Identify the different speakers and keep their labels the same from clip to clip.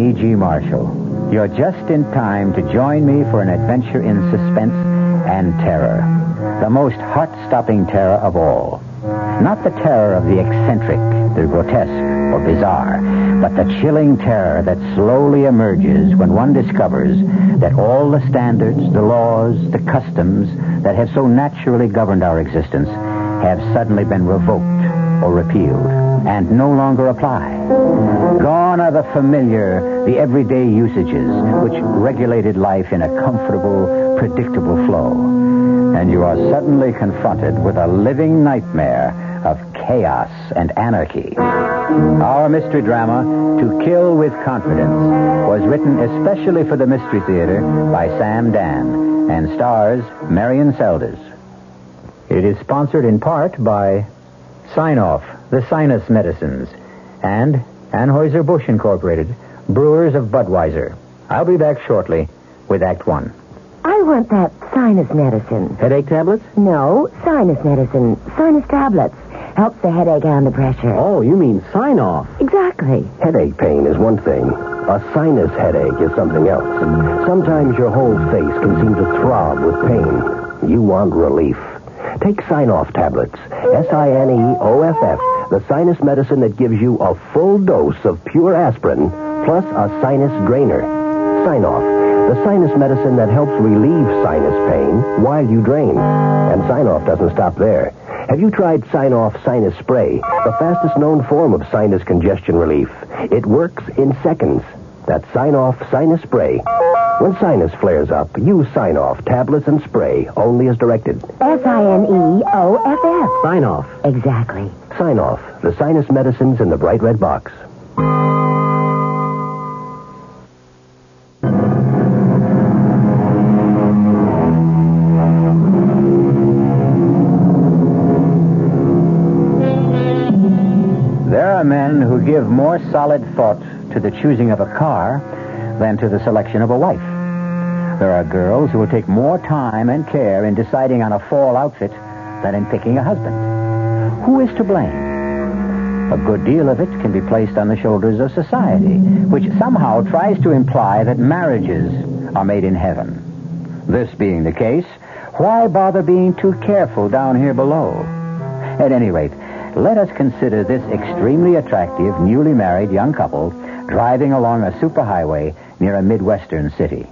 Speaker 1: E G. Marshall. You're just in time to join me for an adventure in suspense and terror. The most heart-stopping terror of all. Not the terror of the eccentric, the grotesque, or bizarre, but the chilling terror that slowly emerges when one discovers that all the standards, the laws, the customs that have so naturally governed our existence have suddenly been revoked or repealed and no longer apply. Gone are the familiar, the everyday usages which regulated life in a comfortable, predictable flow. And you are suddenly confronted with a living nightmare of chaos and anarchy. Our mystery drama, To Kill with Confidence, was written especially for the Mystery Theater by Sam Dan and stars Marion Seldes. It is sponsored in part by Sign Off, the Sinus Medicines, and Anheuser-Busch Incorporated, Brewers of Budweiser. I'll be back shortly with Act One.
Speaker 2: I want that sinus medicine.
Speaker 1: Headache tablets?
Speaker 2: No, sinus medicine. Sinus tablets. Helps the headache and the pressure.
Speaker 3: Oh, you mean sign off.
Speaker 2: Exactly.
Speaker 4: Headache pain is one thing. A sinus headache is something else. Sometimes your whole face can seem to throb with pain. You want relief. Take sign-off tablets. E S-I-N-E-O-F-F. The sinus medicine that gives you a full dose of pure aspirin plus a sinus drainer. Sign-off. The sinus medicine that helps relieve sinus pain while you drain. And sign-off doesn't stop there. Have you tried Sign Off Sinus Spray, the fastest known form of sinus congestion relief? It works in seconds. That's Sign Off Sinus Spray. When sinus flares up, use Sign Off tablets and spray only as directed.
Speaker 2: S-I-N-E-O-F-F.
Speaker 3: Sign off.
Speaker 2: Exactly.
Speaker 4: Sign Off, the sinus medicines in the bright red box.
Speaker 1: There are men who give more solid thought to the choosing of a car than to the selection of a wife. There are girls who will take more time and care in deciding on a fall outfit than in picking a husband. Who is to blame? A good deal of it can be placed on the shoulders of society, which somehow tries to imply that marriages are made in heaven. This being the case, why bother being too careful down here below? At any rate, let us consider this extremely attractive, newly married young couple driving along a superhighway near a Midwestern city.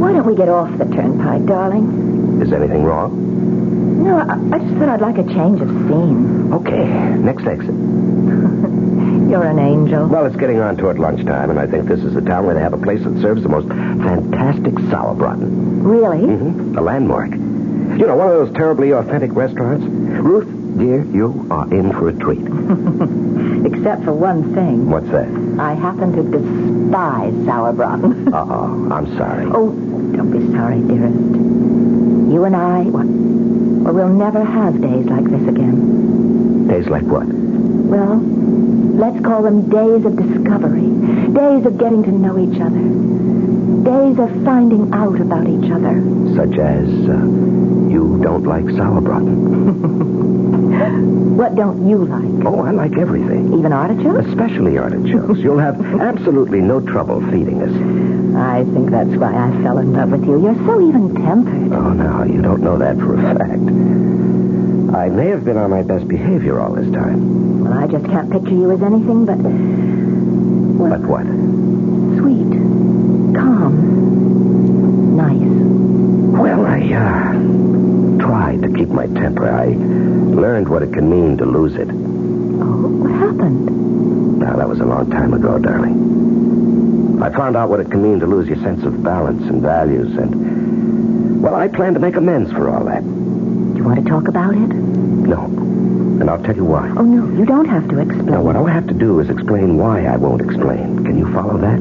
Speaker 5: Why don't we get off the turnpike, darling?
Speaker 4: Is anything wrong?
Speaker 5: No, I, I just thought I'd like a change of scene.
Speaker 4: Okay, next exit.
Speaker 5: You're an angel.
Speaker 4: Well, it's getting on toward lunchtime, and I think this is the town where they have a place that serves the most fantastic sauerbraten.
Speaker 5: Really?
Speaker 4: Mm-hmm. A landmark. You know, one of those terribly authentic restaurants. Ruth, dear, you are in for a treat.
Speaker 5: Except for one thing.
Speaker 4: What's that?
Speaker 5: I happen to despise sauerbraten.
Speaker 4: Uh-oh, I'm sorry.
Speaker 5: Oh, don't be sorry, dearest. You and I, well, well, we'll never have days like this again.
Speaker 4: Tastes like what?
Speaker 5: Well, let's call them days of discovery, days of getting to know each other, days of finding out about each other.
Speaker 4: Such as, uh, you don't like sauerbraten.
Speaker 5: What don't you like?
Speaker 4: Oh, I like everything.
Speaker 5: Even artichokes?
Speaker 4: Especially artichokes. You'll have absolutely no trouble feeding us.
Speaker 5: I think that's why I fell in love with you. You're so even-tempered.
Speaker 4: Oh, now, you don't know that for a fact. I may have been on my best behavior all this time.
Speaker 5: Well, I just can't picture you as anything but
Speaker 4: But what?
Speaker 5: sweet, calm, nice.
Speaker 4: Well, I uh, tried to keep my temper. I learned what it can mean to lose it.
Speaker 5: Oh, what happened?
Speaker 4: Now, that was a long time ago, darling. I found out what it can mean to lose your sense of balance and values, and, well, I plan to make amends for all that.
Speaker 5: Do you want to talk about it?
Speaker 4: No. And I'll tell you why.
Speaker 5: Oh, no, you don't have to explain.
Speaker 4: Now, what I'll have to do is explain why I won't explain. Can you follow that?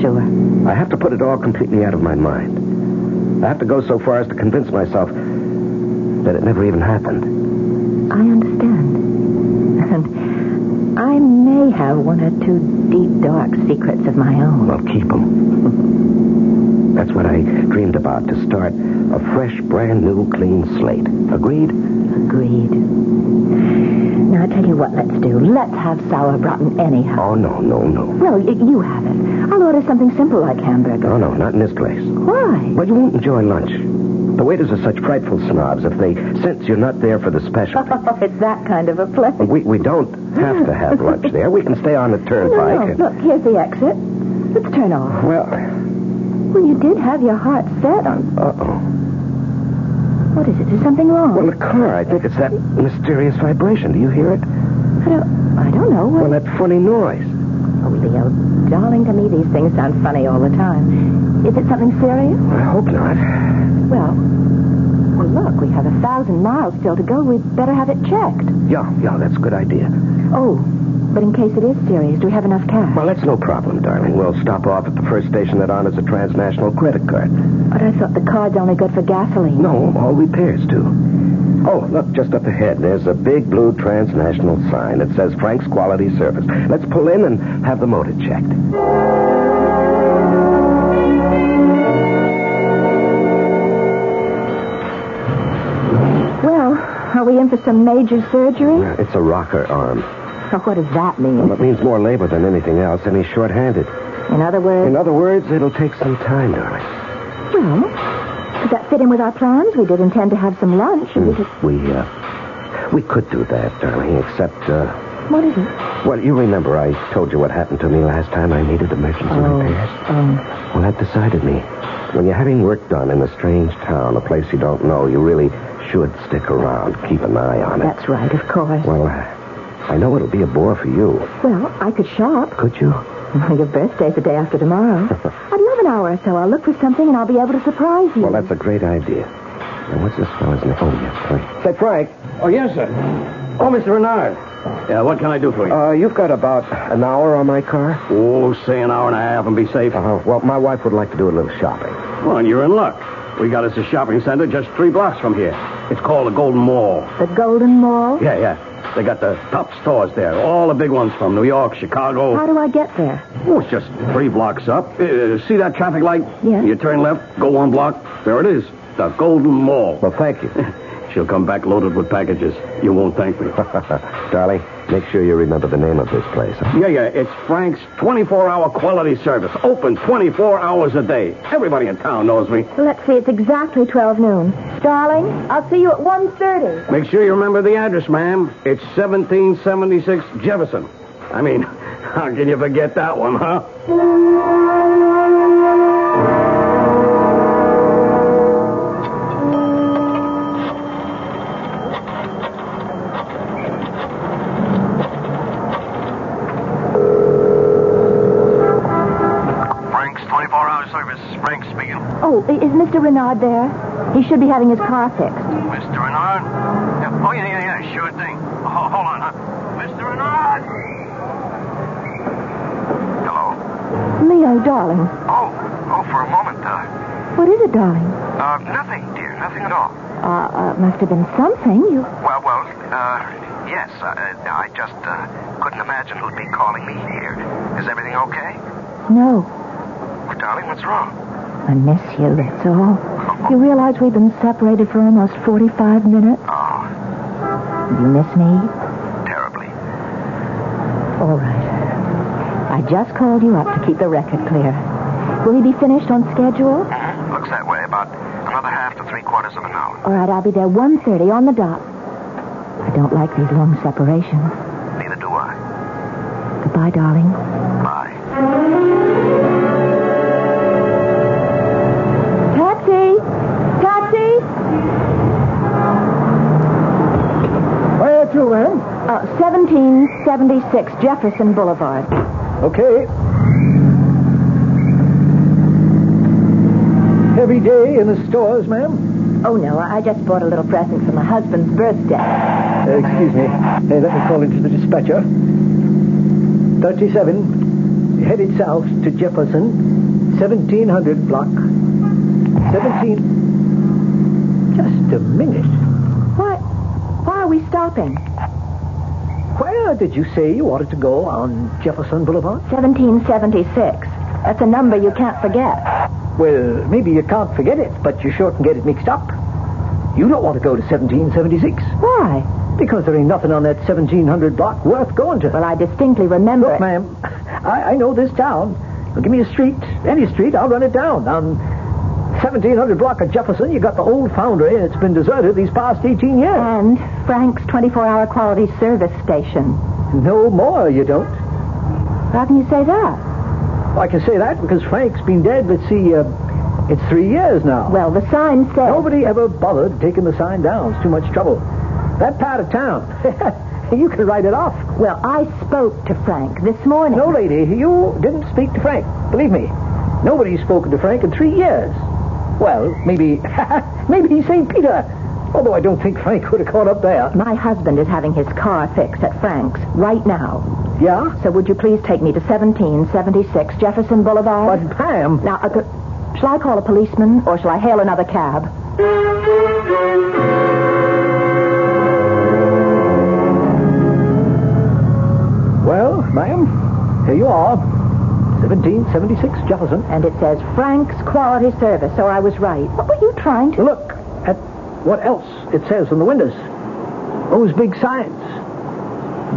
Speaker 5: Sure.
Speaker 4: I have to put it all completely out of my mind. I have to go so far as to convince myself that it never even happened.
Speaker 5: I understand. And I may have one or two deep, dark secrets of my own.
Speaker 4: Well, keep 'em. That's what I dreamed about, to start a fresh, brand new, clean slate. Agreed?
Speaker 5: Agreed. Now, I tell you what let's do. Let's have sauerbraten anyhow.
Speaker 4: Oh, no, no, no.
Speaker 5: No, y- you have it. I'll order something simple like hamburger.
Speaker 4: No, Oh, no, not in this place.
Speaker 5: Why?
Speaker 4: Well, you won't enjoy lunch. The waiters are such frightful snobs if they sense you're not there for the special.
Speaker 5: Oh, it's that kind of a place.
Speaker 4: we, we don't have to have lunch there. We can stay on the
Speaker 5: no,
Speaker 4: turnpike.
Speaker 5: no, look, here's the exit. Let's turn off.
Speaker 4: Well,
Speaker 5: Well, you did have your heart set on...
Speaker 4: uh-oh.
Speaker 5: What is it? Is something wrong?
Speaker 4: Well, the car, I think it's that mysterious vibration. Do you hear it?
Speaker 5: I don't... I don't know. What...
Speaker 4: Well, that funny noise.
Speaker 5: Oh, Leo, darling, to me these things sound funny all the time. Is it something serious?
Speaker 4: I hope not.
Speaker 5: Well... Well, look, we have a thousand miles still to go. We'd better have it checked.
Speaker 4: Yeah, yeah, that's a good idea.
Speaker 5: Oh, but in case it is serious, do we have enough cash?
Speaker 4: Well, that's no problem, darling. We'll stop off at the first station that honors a transnational credit card.
Speaker 5: But I thought the card's only good for gasoline.
Speaker 4: No, all repairs, too. Oh, look, just up ahead, there's a big blue transnational sign that says Frank's Quality Service. Let's pull in and have the motor checked.
Speaker 5: Well, are we in for some major surgery?
Speaker 4: It's a rocker arm.
Speaker 5: Or what does that
Speaker 4: Well,
Speaker 5: mean?
Speaker 4: it means more labor than anything else, and he's short-handed.
Speaker 5: In other words,
Speaker 4: In other words, it'll take some time, darling.
Speaker 5: well, does that fit in with our plans? We did intend to have some lunch. and we just-
Speaker 4: Hmm. We, uh, we could do that, darling, except, uh,
Speaker 5: What is it?
Speaker 4: well, you remember I told you what happened to me last time I needed emergency repairs.
Speaker 6: Um,
Speaker 5: oh.
Speaker 4: Well, that decided me. When you're having work done in a strange town, a place you don't know, you really should stick around, keep an eye on it.
Speaker 5: That's right, of course.
Speaker 4: Well, uh, I know it'll be a bore for you.
Speaker 5: Well, I could shop.
Speaker 4: Could you?
Speaker 5: Your birthday's the day after tomorrow. I'd love an hour or so. I'll look for something and I'll be able to surprise you.
Speaker 4: Well, that's a great idea. Now, what's this fellow's name? Oh, yes, Frank. Say, Frank,
Speaker 3: Oh, yes, sir.
Speaker 4: oh, Mr. Renard.
Speaker 3: Yeah, what can I do for you?
Speaker 4: Uh, you've got about an hour on my car?
Speaker 3: oh, say an hour and a half and be safe.
Speaker 4: Uh-huh. Well, my wife would like to do a little shopping.
Speaker 3: Well, and you're in luck. We got us a shopping center just three blocks from here. It's called the Golden Mall.
Speaker 5: The Golden Mall?
Speaker 3: Yeah, yeah. They got the top stores there, all the big ones from New York, Chicago.
Speaker 5: How do I get there?
Speaker 3: Oh, it's just three blocks up. Uh, see that traffic light?
Speaker 5: Yeah.
Speaker 3: You turn left, go one block. There it is, the Golden Mall.
Speaker 4: Well, thank you.
Speaker 3: She'll come back loaded with packages. You won't thank me.
Speaker 4: darling, make sure you remember the name of this place.
Speaker 3: Yeah, yeah, it's Frank's 24-hour quality service. Open 24 hours a day. Everybody in town knows me.
Speaker 5: Well, let's see. It's exactly 12 noon. Darling, I'll see you at 1.30.
Speaker 3: Make sure you remember the address, ma'am. It's 1776 Jefferson. I mean, how can you forget that one, huh?
Speaker 6: Frank's 24 hour service. Frank speaking.
Speaker 5: Oh, i- is Mr. Renard there? He should be having his car fixed.
Speaker 6: Mr. Renard? Yeah, Oh, yeah, yeah, yeah, sure thing. Oh, hold on, huh? Mr. Renard! Hello.
Speaker 5: Leo, darling.
Speaker 6: Oh, oh, for a moment. Uh,
Speaker 5: What is it, darling?
Speaker 6: uh, nothing, dear. Nothing at all.
Speaker 5: Uh, uh, must have been something. You...
Speaker 6: Well, well, uh, yes. Uh, I just uh, couldn't imagine who'd be calling me here. Is everything okay?
Speaker 5: No.
Speaker 6: Well, darling, what's wrong?
Speaker 5: I miss you, that's all. You realize we've been separated for almost 45 minutes?
Speaker 6: Oh,
Speaker 5: You miss me?
Speaker 6: terribly.
Speaker 5: All right. I just called you up to keep the record clear. Will he be finished on schedule?
Speaker 6: Looks that way. About another half to three quarters of an hour.
Speaker 5: All right, I'll be there 1.30 on the dot. I don't like these long separations.
Speaker 6: Neither do I.
Speaker 5: Goodbye, darling.
Speaker 6: Bye.
Speaker 5: Taxi! Taxi!
Speaker 4: Where to, eh? ma'am?
Speaker 5: Uh, 1776 Jefferson Boulevard.
Speaker 4: Okay. Heavy day in the stores, ma'am.
Speaker 5: Oh, no, I I just bought a little present for my husband's birthday.
Speaker 4: Uh, excuse me. Hey, let me call into the dispatcher. 37, headed south to Jefferson, 1700 block. 17. Just a minute.
Speaker 5: Why, why are we stopping?
Speaker 4: Where did you say you wanted to go on Jefferson Boulevard?
Speaker 5: 1776. That's a number you can't forget.
Speaker 4: Well, maybe you can't forget it, but you sure can get it mixed up. You don't want to go to 1776.
Speaker 5: Why?
Speaker 6: Because there ain't nothing on that 1700 block worth going to.
Speaker 5: Well, I distinctly remember.
Speaker 6: Look, ma'am, I, I know this town. Now, give me a street, any street, I'll run it down. On 1700 block of Jefferson, you got the old foundry, and it's been deserted these past 18 years.
Speaker 5: And Frank's 24-hour quality service station.
Speaker 6: No more, you don't.
Speaker 5: How can you say that?
Speaker 6: I can say that because Frank's been dead, let's see, uh, it's three years now.
Speaker 5: Well, the sign says.
Speaker 6: Nobody ever bothered taking the sign down. It's too much trouble. That part of town, you can write it off.
Speaker 5: Well, I spoke to Frank this morning.
Speaker 6: No, lady, you didn't speak to Frank. Believe me, nobody's spoken to Frank in three years. Well, maybe, maybe he's St. Peter. Although I don't think Frank would have caught up there.
Speaker 5: My husband is having his car fixed at Frank's right now.
Speaker 6: Yeah?
Speaker 5: So would you please take me to 1776 Jefferson
Speaker 6: But,
Speaker 5: Boulevard?
Speaker 6: ma'am,
Speaker 5: Now, uh, shall I call a policeman or shall I hail another cab?
Speaker 6: well, ma'am, here you are. 1776 Jefferson.
Speaker 5: And it says Frank's Quality Service, so I was right. What were you trying to...
Speaker 6: Look at what else it says on the windows. Oh, Those big signs.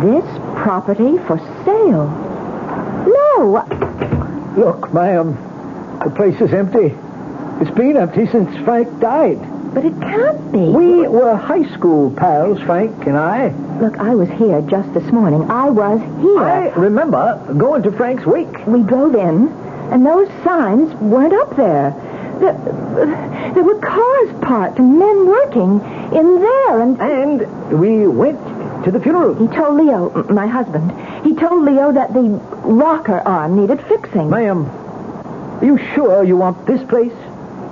Speaker 5: This property for sale. No, I-
Speaker 6: Look, ma'am, the place is empty. It's been empty since Frank died.
Speaker 5: but it can't be.
Speaker 6: We were high school pals, Frank and I.
Speaker 5: Look, I was here just this morning. I was here.
Speaker 6: I remember going to Frank's wake.
Speaker 5: We drove in, and those signs weren't up there. There, there were cars parked and men working in there, and
Speaker 6: And we went to the funeral.
Speaker 5: he told Leo, m- my husband, he told Leo that the rocker arm needed fixing.
Speaker 6: Ma'am, are you sure you want this place?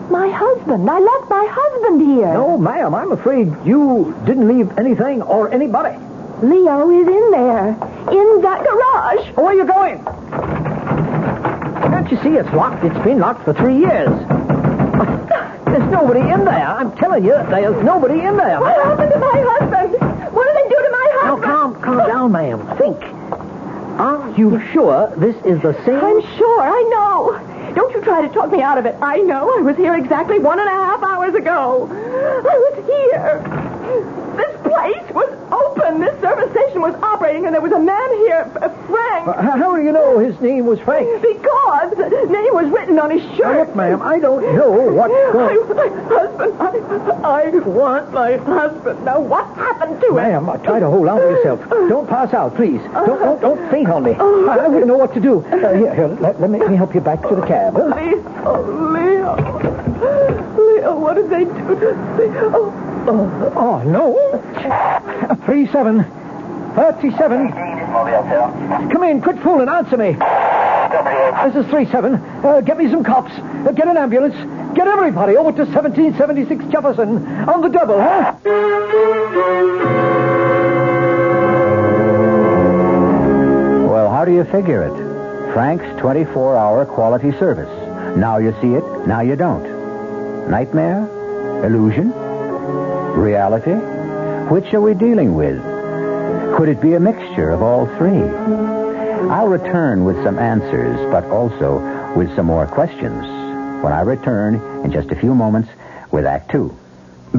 Speaker 5: My husband, I left my husband here.
Speaker 6: No, ma'am, I'm afraid you didn't leave anything or anybody.
Speaker 5: Leo is in there, in that garage.
Speaker 6: Oh, Where are you going? Can't you see it's locked? It's been locked for three years. There's nobody in there. I'm telling you, there's nobody in there.
Speaker 5: What happened to my husband? What did they do to my
Speaker 6: Now,
Speaker 5: husband?
Speaker 6: calm, calm down, ma'am. Think. Are you sure this is the same?
Speaker 5: I'm sure. I know. Don't you try to talk me out of it. I know. I was here exactly one and a half hours ago. I was here. This place was open. This service station was operating, and there was a man here, F- Frank,
Speaker 6: Uh, how how do you know his name was Frank?
Speaker 5: because the name was written on his shirt.
Speaker 6: Look, ma'am, I don't know what's
Speaker 5: I,
Speaker 6: going
Speaker 5: my husband, I, I want my husband. Now, what happened to him?
Speaker 6: Ma'am, uh, try to hold on to yourself. Don't pass out, please. Don't, don't, don't faint on me. I, I wouldn't know what to do. Uh, here, here, let, let me, let me help you back to the cab. huh?
Speaker 5: Leo, Leo, Leo, what did they do to Leo?
Speaker 6: Oh, no. 37. 37. Come in, quit fooling, answer me. This is 37. Uh, get me some cops. Uh, get an ambulance. Get everybody over to 1776 Jefferson on the double, huh?
Speaker 7: Well, how do you figure it? Frank's 24 hour quality service. Now you see it, now you don't. Nightmare? Illusion? Reality? Which are we dealing with? Could it be a mixture of all three? I'll return with some answers, but also with some more questions when I return in just a few moments with Act Two.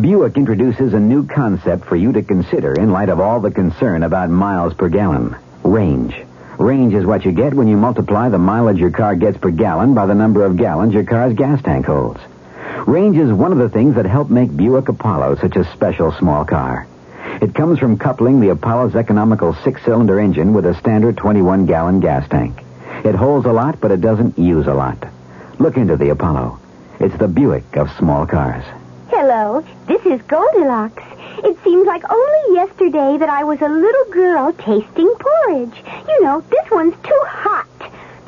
Speaker 7: Buick introduces a new concept for you to consider in light of all the concern about miles per gallon range. Range is what you get when you multiply the mileage your car gets per gallon by the number of gallons your car's gas tank holds. Range is one of the things that help make Buick Apollo such a special small car. It comes from coupling the Apollo's economical six cylinder engine with a standard 21 gallon gas tank. It holds a lot, but it doesn't use a lot. Look into the Apollo. It's the Buick of small cars.
Speaker 8: Hello, this is Goldilocks. It seems like only yesterday that I was a little girl tasting porridge. You know, this one's too hot.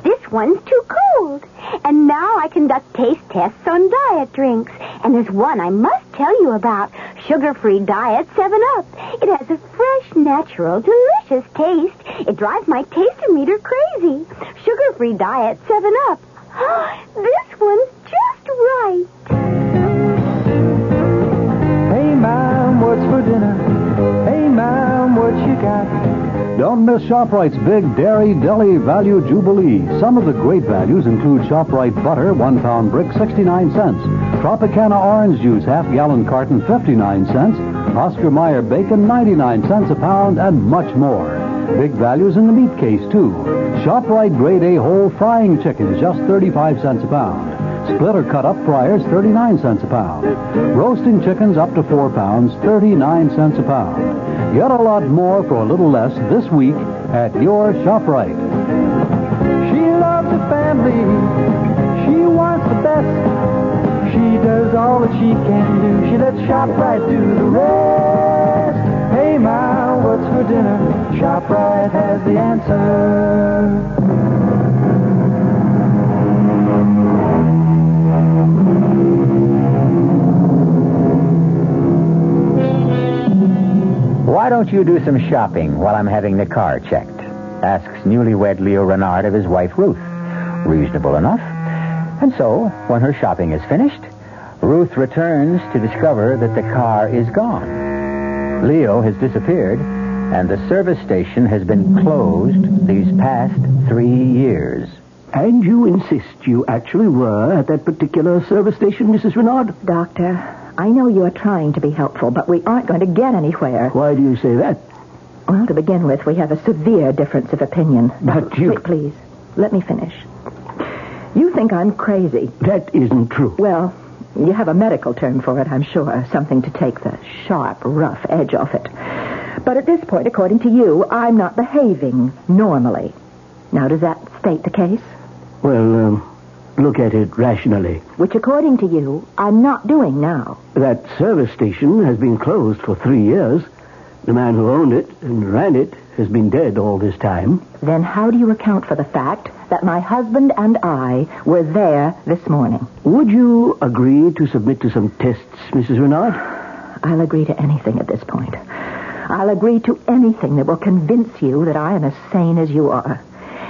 Speaker 8: This one's too cold. And now I conduct taste tests on diet drinks. And there's one I must tell you about. Sugar-free diet 7-Up. It has a fresh, natural, delicious taste. It drives my taster meter crazy. Sugar-free diet 7-Up. this one's just right.
Speaker 6: Hey, ma'am, what's for dinner? Hey, ma'am, what you got?
Speaker 9: Don't miss ShopRite's Big Dairy Deli Value Jubilee. Some of the great values include ShopRite butter, one pound brick, 69 cents. Tropicana orange juice, half gallon carton, 59 cents. Oscar Mayer bacon, 99 cents a pound, and much more. Big values in the meat case, too. ShopRite Grade A whole frying chicken, just 35 cents a pound. Split or cut up fryers, 39 cents a pound. Roasting chickens up to 4 pounds, 39 cents a pound. Get a lot more for a little less this week at your ShopRite.
Speaker 10: She loves her family. She wants the best. She does all that she can do. She lets ShopRite do the rest. Hey, Ma, what's for dinner? ShopRite has the answer.
Speaker 1: Why don't you do some shopping while I'm having the car checked? Asks newlywed Leo Renard of his wife Ruth. Reasonable enough. And so, when her shopping is finished, Ruth returns to discover that the car is gone. Leo has disappeared, and the service station has been closed these past three years.
Speaker 11: And you insist you actually were at that particular service station, Mrs. Renard?
Speaker 5: Doctor, I know you are trying to be helpful, but we aren't going to get anywhere.
Speaker 11: Why do you say that?
Speaker 5: Well, to begin with, we have a severe difference of opinion.
Speaker 11: But you-
Speaker 5: Wait, please, let me finish. You think I'm crazy.
Speaker 11: That isn't true.
Speaker 5: Well, you have a medical term for it, I'm sure. Something to take the sharp, rough edge off it. But at this point, according to you, I'm not behaving normally. Now, does that state the case?
Speaker 11: Well, um, look at it rationally.
Speaker 5: Which, according to you, I'm not doing now.
Speaker 11: That service station has been closed for three years. The man who owned it and ran it has been dead all this time.
Speaker 5: Then how do you account for the fact that my husband and I were there this morning?
Speaker 11: Would you agree to submit to some tests, Mrs. Renard?
Speaker 5: I'll agree to anything at this point. I'll agree to anything that will convince you that I am as sane as you are.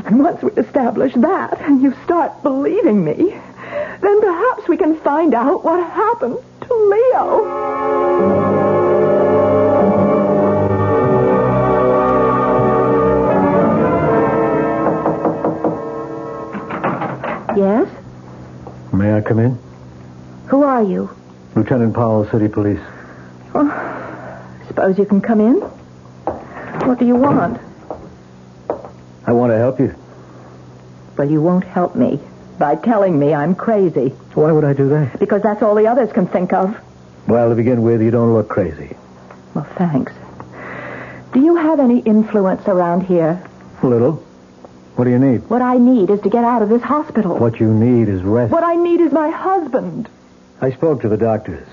Speaker 2: And once we establish that and you start believing me, then perhaps we can find out what happened to Leo.
Speaker 5: Yes?
Speaker 12: May I come in?
Speaker 5: Who are you?
Speaker 12: Lieutenant Powell, City Police.
Speaker 5: Suppose you can come in? What do you want?
Speaker 12: I want to help you.
Speaker 5: Well, you won't help me by telling me I'm crazy.
Speaker 12: Why would I do that?
Speaker 5: Because that's all the others can think of.
Speaker 12: Well, to begin with, you don't look crazy.
Speaker 5: Well, thanks. Do you have any influence around here?
Speaker 12: A little. What do you need?
Speaker 5: What I need is to get out of this hospital.
Speaker 12: What you need is rest.
Speaker 5: What I need is my husband.
Speaker 12: I spoke to the doctors.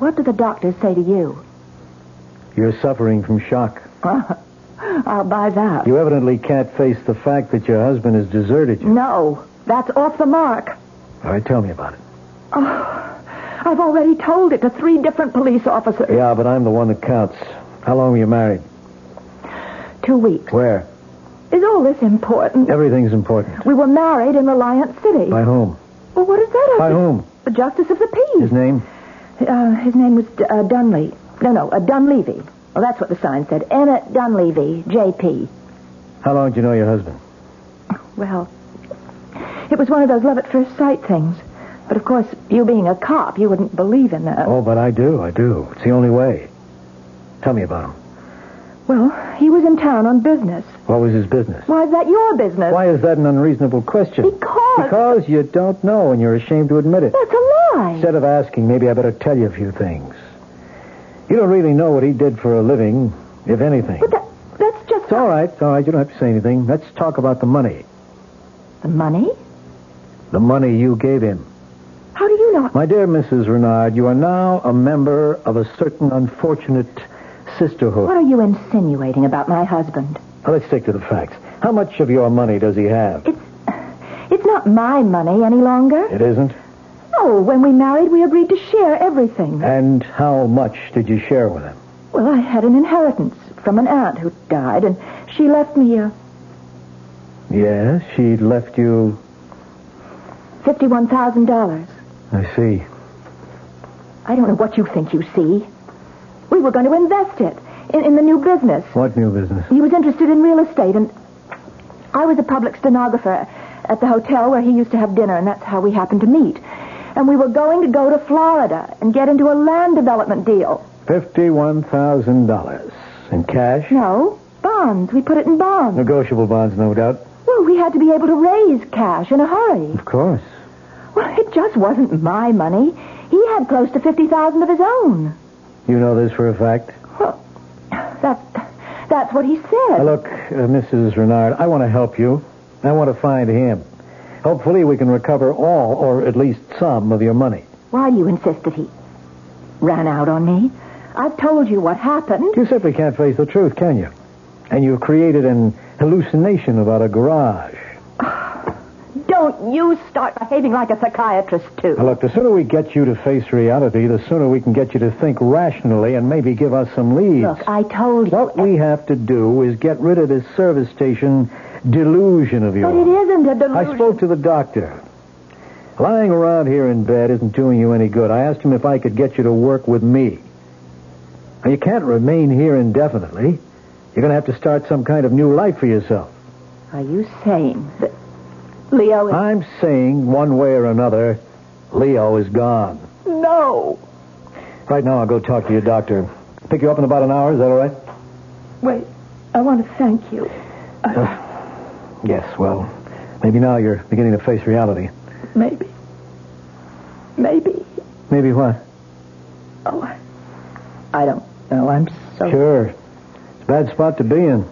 Speaker 5: What do the doctors say to you?
Speaker 12: You're suffering from shock.
Speaker 5: Uh-huh. I'll buy that.
Speaker 12: You evidently can't face the fact that your husband has deserted you.
Speaker 5: No, that's off the mark.
Speaker 12: All right, tell me about it.
Speaker 5: Oh, I've already told it to three different police officers.
Speaker 12: Yeah, but I'm the one that counts. How long were you married?
Speaker 5: Two weeks.
Speaker 12: Where?
Speaker 5: Is all this important?
Speaker 12: Everything's important.
Speaker 5: We were married in Reliance City.
Speaker 12: By whom?
Speaker 5: Well, what is that?
Speaker 12: By whom?
Speaker 5: The Justice of the Peace.
Speaker 12: His name?
Speaker 5: Uh, his name was uh, Dunley. No, no, uh, Dunleavy. Well, that's what the sign said. Emmett Dunleavy, J.P.
Speaker 12: How long did you know your husband?
Speaker 5: Well, it was one of those love at first sight things. But of course, you being a cop, you wouldn't believe in that.
Speaker 12: Oh, but I do, I do. It's the only way. Tell me about him.
Speaker 5: Well, he was in town on business.
Speaker 12: What was his business?
Speaker 5: Why is that your business?
Speaker 12: Why is that an unreasonable question?
Speaker 5: Because.
Speaker 12: Because you don't know and you're ashamed to admit it.
Speaker 5: That's a lie.
Speaker 12: Instead of asking, maybe I better tell you a few things. You don't really know what he did for a living, if anything. But
Speaker 5: that's just.
Speaker 12: It's all right, it's all right. You don't have to say anything. Let's talk about the money.
Speaker 5: The money?
Speaker 12: The money you gave him.
Speaker 5: How do you know?
Speaker 12: My dear Mrs. Renard, you are now a member of a certain unfortunate sisterhood.
Speaker 5: What are you insinuating about my husband?
Speaker 12: Now, let's stick to the facts. How much of your money does he have?
Speaker 5: It's not my money any longer.
Speaker 12: It isn't.
Speaker 5: No, when we married, we agreed to share everything.
Speaker 12: And how much did you share with him?
Speaker 5: Well, I had an inheritance from an aunt who died, and she left me uh,
Speaker 12: Yes, she left you.
Speaker 5: $51,000.
Speaker 12: I see.
Speaker 5: I don't know what you think you see. We were going to invest it in, in the new business.
Speaker 12: What new business?
Speaker 5: He was interested in real estate, and I was a public stenographer at the hotel where he used to have dinner, and that's how we happened to meet. And we were going to go to Florida and get into a land development deal.
Speaker 12: $51,000 in cash?
Speaker 5: No, bonds. We put it in bonds.
Speaker 12: Negotiable bonds, no doubt.
Speaker 5: Well, we had to be able to raise cash in a hurry.
Speaker 12: Of course.
Speaker 5: Well, it just wasn't my money. He had close to 50000 of his own.
Speaker 12: You know this for a fact?
Speaker 5: Well, that, that's what he said.
Speaker 12: Now, look, uh, Mrs. Renard, I want to help you. I want to find him. Hopefully, we can recover all, or at least some, of your money.
Speaker 5: Why do you insist that he ran out on me? I've told you what happened.
Speaker 12: You simply can't face the truth, can you? And you've created an hallucination about a garage.
Speaker 5: Don't you start behaving like a psychiatrist, too.
Speaker 12: Now, look, the sooner we get you to face reality, the sooner we can get you to think rationally and maybe give us some leads.
Speaker 5: Look, I told you.
Speaker 12: What we have to do is get rid of this service station delusion of yours.
Speaker 5: But it isn't a delusion.
Speaker 12: I spoke to the doctor. Lying around here in bed isn't doing you any good. I asked him if I could get you to work with me. Now, you can't remain here indefinitely. You're going to have to start some kind of new life for yourself.
Speaker 5: Are you saying that Leo is...
Speaker 12: I'm saying, one way or another, Leo is gone.
Speaker 5: No.
Speaker 12: Right now, I'll go talk to your doctor. Pick you up in about an hour. Is that all right?
Speaker 5: Wait, I want to thank you. Uh,
Speaker 12: Uh, Yes, well, maybe now you're beginning to face reality.
Speaker 5: Maybe. Maybe.
Speaker 12: Maybe what?
Speaker 5: Oh, I, I don't know. Oh, I'm so...
Speaker 12: Sure. It's a bad spot to be in.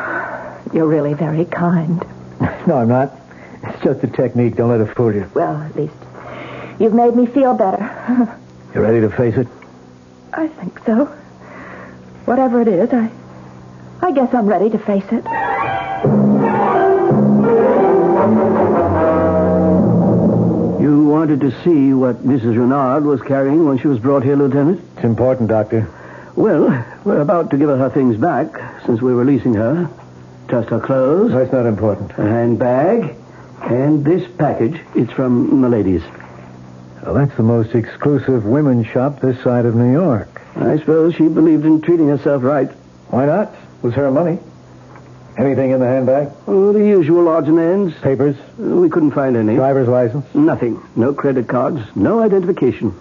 Speaker 5: You're really very kind.
Speaker 12: No, I'm not. It's just a technique. Don't let it fool you.
Speaker 5: Well, Uh, at least you've made me feel better.
Speaker 12: You ready to face it?
Speaker 5: I think so. Whatever it is, I, I guess I'm ready to face it.
Speaker 11: You wanted to see what Mrs. Renard was carrying when she was brought here, Lieutenant?
Speaker 12: It's important, Doctor.
Speaker 11: Well, we're about to give her her things back since we're releasing her. Just her clothes,
Speaker 12: That's not important.
Speaker 11: her handbag, and this package. It's from Milady's.
Speaker 12: Well, that's the most exclusive women's shop this side of New York.
Speaker 11: I suppose she believed in treating herself right.
Speaker 12: Why not? It was her money. Anything in the handbag?
Speaker 11: Oh, the usual odds and ends. Uh,
Speaker 12: Papers?
Speaker 11: We couldn't find any.
Speaker 12: Driver's license?
Speaker 11: Nothing. No credit cards. No identification.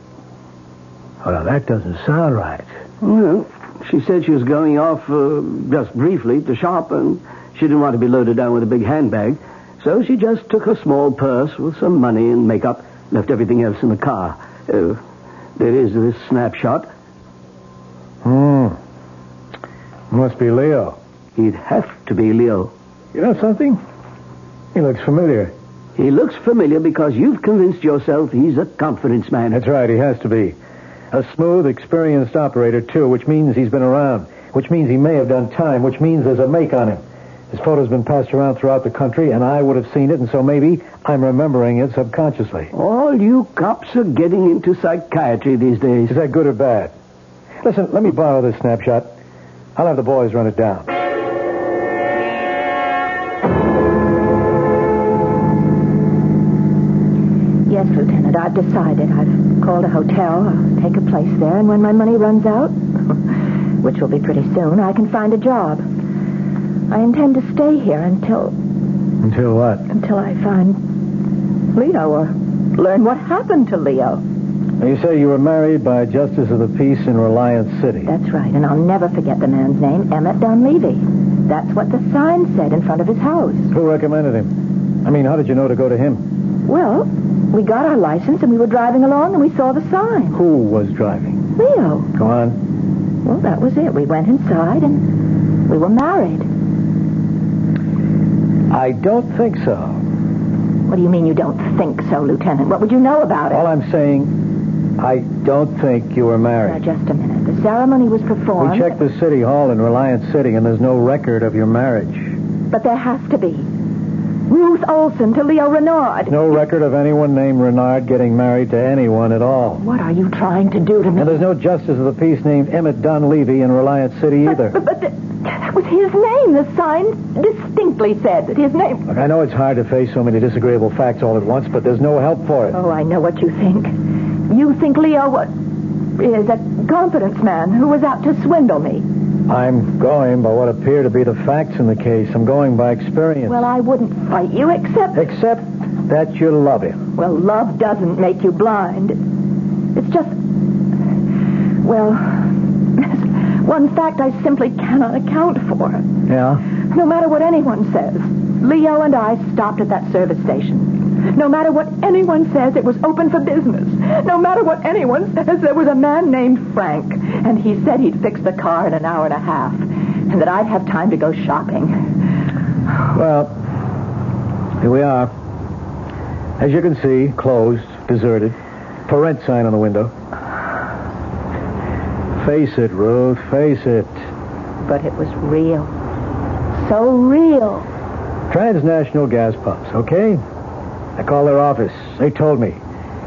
Speaker 12: Oh, now that doesn't sound right.
Speaker 11: Well, she said she was going off uh, just briefly to shop, and she didn't want to be loaded down with a big handbag. So she just took her small purse with some money and makeup, left everything else in the car. Uh, there is this snapshot.
Speaker 12: Hmm. Must be Leo.
Speaker 11: He'd have to be Leo.
Speaker 12: You know something? He looks familiar.
Speaker 11: He looks familiar because you've convinced yourself he's a confidence man.
Speaker 12: That's right, he has to be. A smooth, experienced operator, too, which means he's been around, which means he may have done time, which means there's a make on him. His photo's been passed around throughout the country, and I would have seen it, and so maybe I'm remembering it subconsciously.
Speaker 11: All you cops are getting into psychiatry these days.
Speaker 12: Is that good or bad? Listen, let me borrow this snapshot. I'll have the boys run it down.
Speaker 5: Yes, Lieutenant, I've decided. I've called a hotel. I'll take a place there, and when my money runs out, which will be pretty soon, I can find a job. I intend to stay here until
Speaker 12: Until what?
Speaker 5: until I find Leo or learn what happened to Leo.
Speaker 12: Now, you say you were married by a justice of the peace in Reliance City.
Speaker 5: That's right, and I'll never forget the man's name, Emmett Dunleavy. That's what the sign said in front of his house.
Speaker 12: Who recommended him? I mean, how did you know to go to him?
Speaker 5: Well, we got our license and we were driving along and we saw the sign.
Speaker 12: Who was driving?
Speaker 5: Leo.
Speaker 12: Go on.
Speaker 5: Well, that was it. We went inside and we were married.
Speaker 12: I don't think so.
Speaker 5: What do you mean you don't think so, Lieutenant? What would you know about it?
Speaker 12: All I'm saying, I don't think you were
Speaker 5: Now,
Speaker 12: married.
Speaker 5: just a minute. The ceremony was performed.
Speaker 12: We checked the city hall in Reliance City, and there's no record of your marriage.
Speaker 5: But there has to be. Ruth Olson to Leo Renard.
Speaker 12: No record of anyone named Renard getting married to anyone at all.
Speaker 5: What are you trying to do to me?
Speaker 12: And there's no justice of the peace named Emmett Dunleavy in Reliance City either.
Speaker 5: But, but the, that was his name. The sign distinctly said that his name.
Speaker 12: Look, I know it's hard to face so many disagreeable facts all at once, but there's no help for it.
Speaker 5: Oh, I know what you think. You think Leo what, is a confidence man who was out to swindle me.
Speaker 12: I'm going by what appear to be the facts in the case. I'm going by experience.
Speaker 5: Well, I wouldn't fight you except.
Speaker 12: Except that you love him.
Speaker 5: Well, love doesn't make you blind. It's just. Well, One fact I simply cannot account for.
Speaker 7: Yeah?
Speaker 5: No matter what anyone says, Leo and I stopped at that service station. No matter what anyone says, it was open for business. No matter what anyone says, there was a man named Frank, and he said he'd fix the car in an hour and a half, and that I'd have time to go shopping.
Speaker 12: Well, here we are. As you can see, closed, deserted. For rent sign on the window. Face it, Ruth, face it.
Speaker 5: But it was real. So real.
Speaker 12: Transnational gas pumps, okay? I called their office. They told me.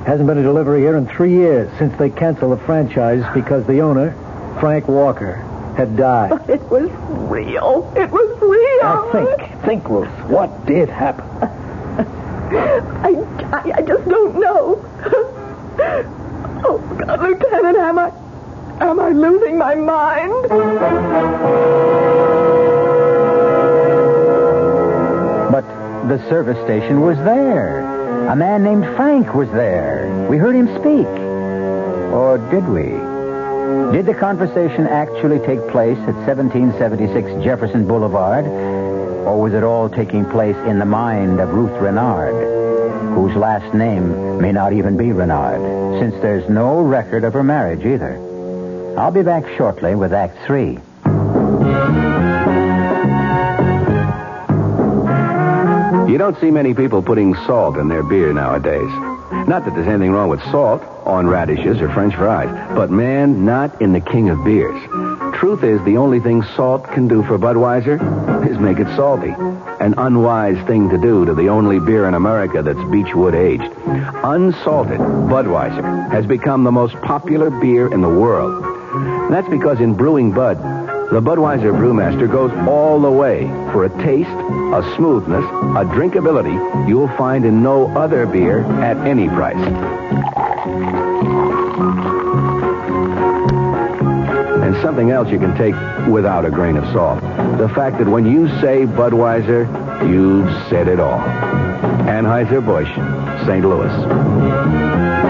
Speaker 12: Hasn't been a delivery here in three years since they canceled the franchise because the owner, Frank Walker, had died.
Speaker 5: But it was real. It was real.
Speaker 12: Now think, think, Ruth. What did happen?
Speaker 13: I, I, I just don't know. oh, God, Lieutenant, am I, am I losing my mind?
Speaker 1: But the service station was there. A man named Frank was there. We heard him speak. Or did we? Did the conversation actually take place at 1776 Jefferson Boulevard? Or was it all taking place in the mind of Ruth Renard, whose last name may not even be Renard, since there's no record of her marriage either? I'll be back shortly with Act Three.
Speaker 14: You don't see many people putting salt in their beer nowadays. Not that there's anything wrong with salt on radishes or french fries, but man, not in the king of beers. Truth is, the only thing salt can do for Budweiser is make it salty. An unwise thing to do to the only beer in America that's Beechwood aged. Unsalted, Budweiser has become the most popular beer in the world. And that's because in brewing Bud, the Budweiser brewmaster goes all the way for a taste, a smoothness, a drinkability you'll find in no other beer at any price. And something else you can take without a grain of salt. The fact that when you say Budweiser, you've said it all. Anheuser-Busch, St. Louis.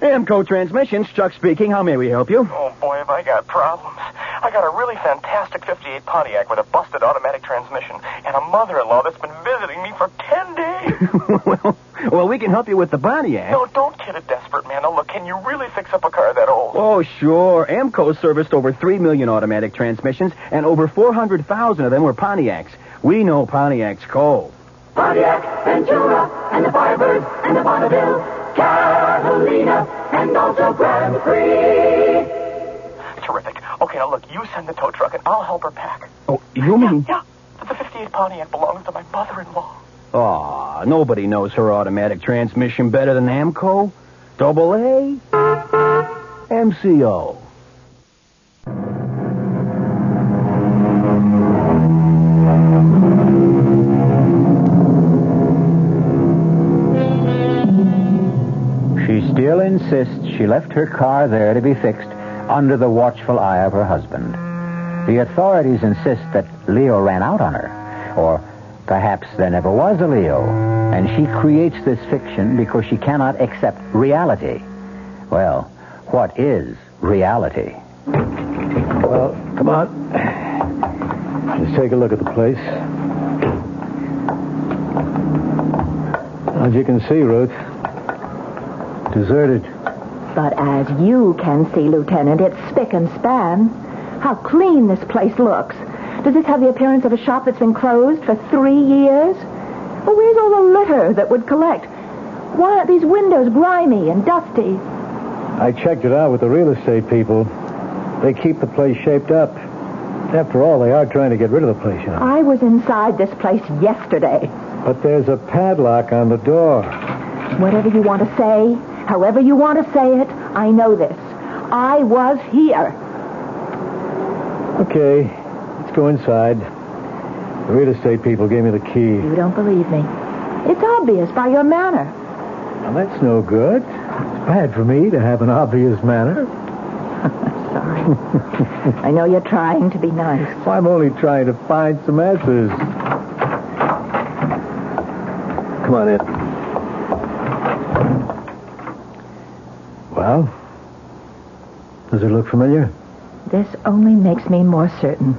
Speaker 3: AMCO Transmissions, Chuck speaking. How may we help you?
Speaker 6: Oh boy, have I got problems. I got a really fantastic 58 Pontiac with a busted automatic transmission and a mother-in-law that's been visiting me for 10 days.
Speaker 3: well, well, we can help you with the Pontiac.
Speaker 6: No, don't kid a desperate man. Now look, can you really fix up a car that old?
Speaker 3: Oh, sure. AMCO serviced over 3 million automatic transmissions, and over 400,000 of them were Pontiacs. We know Pontiac's coal.
Speaker 15: Pontiac, Ventura, and the Firebird, and the Bonneville, Carolina, and also Grand Prix.
Speaker 6: Terrific. Okay, now look, you send the tow truck and I'll help her pack.
Speaker 3: Oh, you mean...
Speaker 6: Yeah, but the 58 Pontiac belongs to my mother-in-law.
Speaker 3: Aw, Ah, nobody knows her automatic transmission better than AMCO. Double A. MCO.
Speaker 1: She still insists she left her car there to be fixed under the watchful eye of her husband. The authorities insist that Leo ran out on her, or perhaps there never was a Leo, and she creates this fiction because she cannot accept reality. Well, what is reality?
Speaker 12: Well, come on. Let's take a look at the place. As you can see, Ruth, deserted.
Speaker 5: But as you can see, Lieutenant, it's spick and span. How clean this place looks. Does this have the appearance of a shop that's been closed for three years? Well, where's all the litter that would collect? Why aren't these windows grimy and dusty?
Speaker 12: I checked it out with the real estate people. They keep the place shaped up. After all, they are trying to get rid of the place, you know.
Speaker 5: I was inside this place yesterday.
Speaker 12: But there's a padlock on the door.
Speaker 5: Whatever you want to say, however you want to say it, I know this. I was here.
Speaker 12: Okay, let's go inside. The real estate people gave me the key.
Speaker 5: You don't believe me. It's obvious by your manner.
Speaker 12: Now, that's no good. It's bad for me to have an obvious manner.
Speaker 5: Sorry. I know you're trying to be nice.
Speaker 12: Well, I'm only trying to find some answers. Come on in. Well? Does it look familiar?
Speaker 5: This only makes me more certain.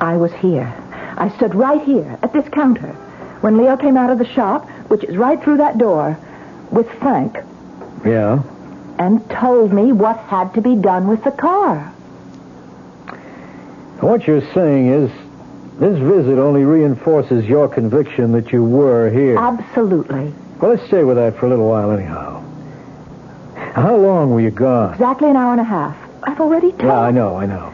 Speaker 5: I was here. I stood right here at this counter when Leo came out of the shop, which is right through that door, with Frank
Speaker 12: Yeah.
Speaker 5: and told me what had to be done with the car.
Speaker 12: What you're saying is this visit only reinforces your conviction that you were here.
Speaker 5: Absolutely.
Speaker 12: Well, let's stay with that for a little while, anyhow. How long were you gone?
Speaker 5: Exactly an hour and a half. I've already told.
Speaker 12: Yeah, I know, I know.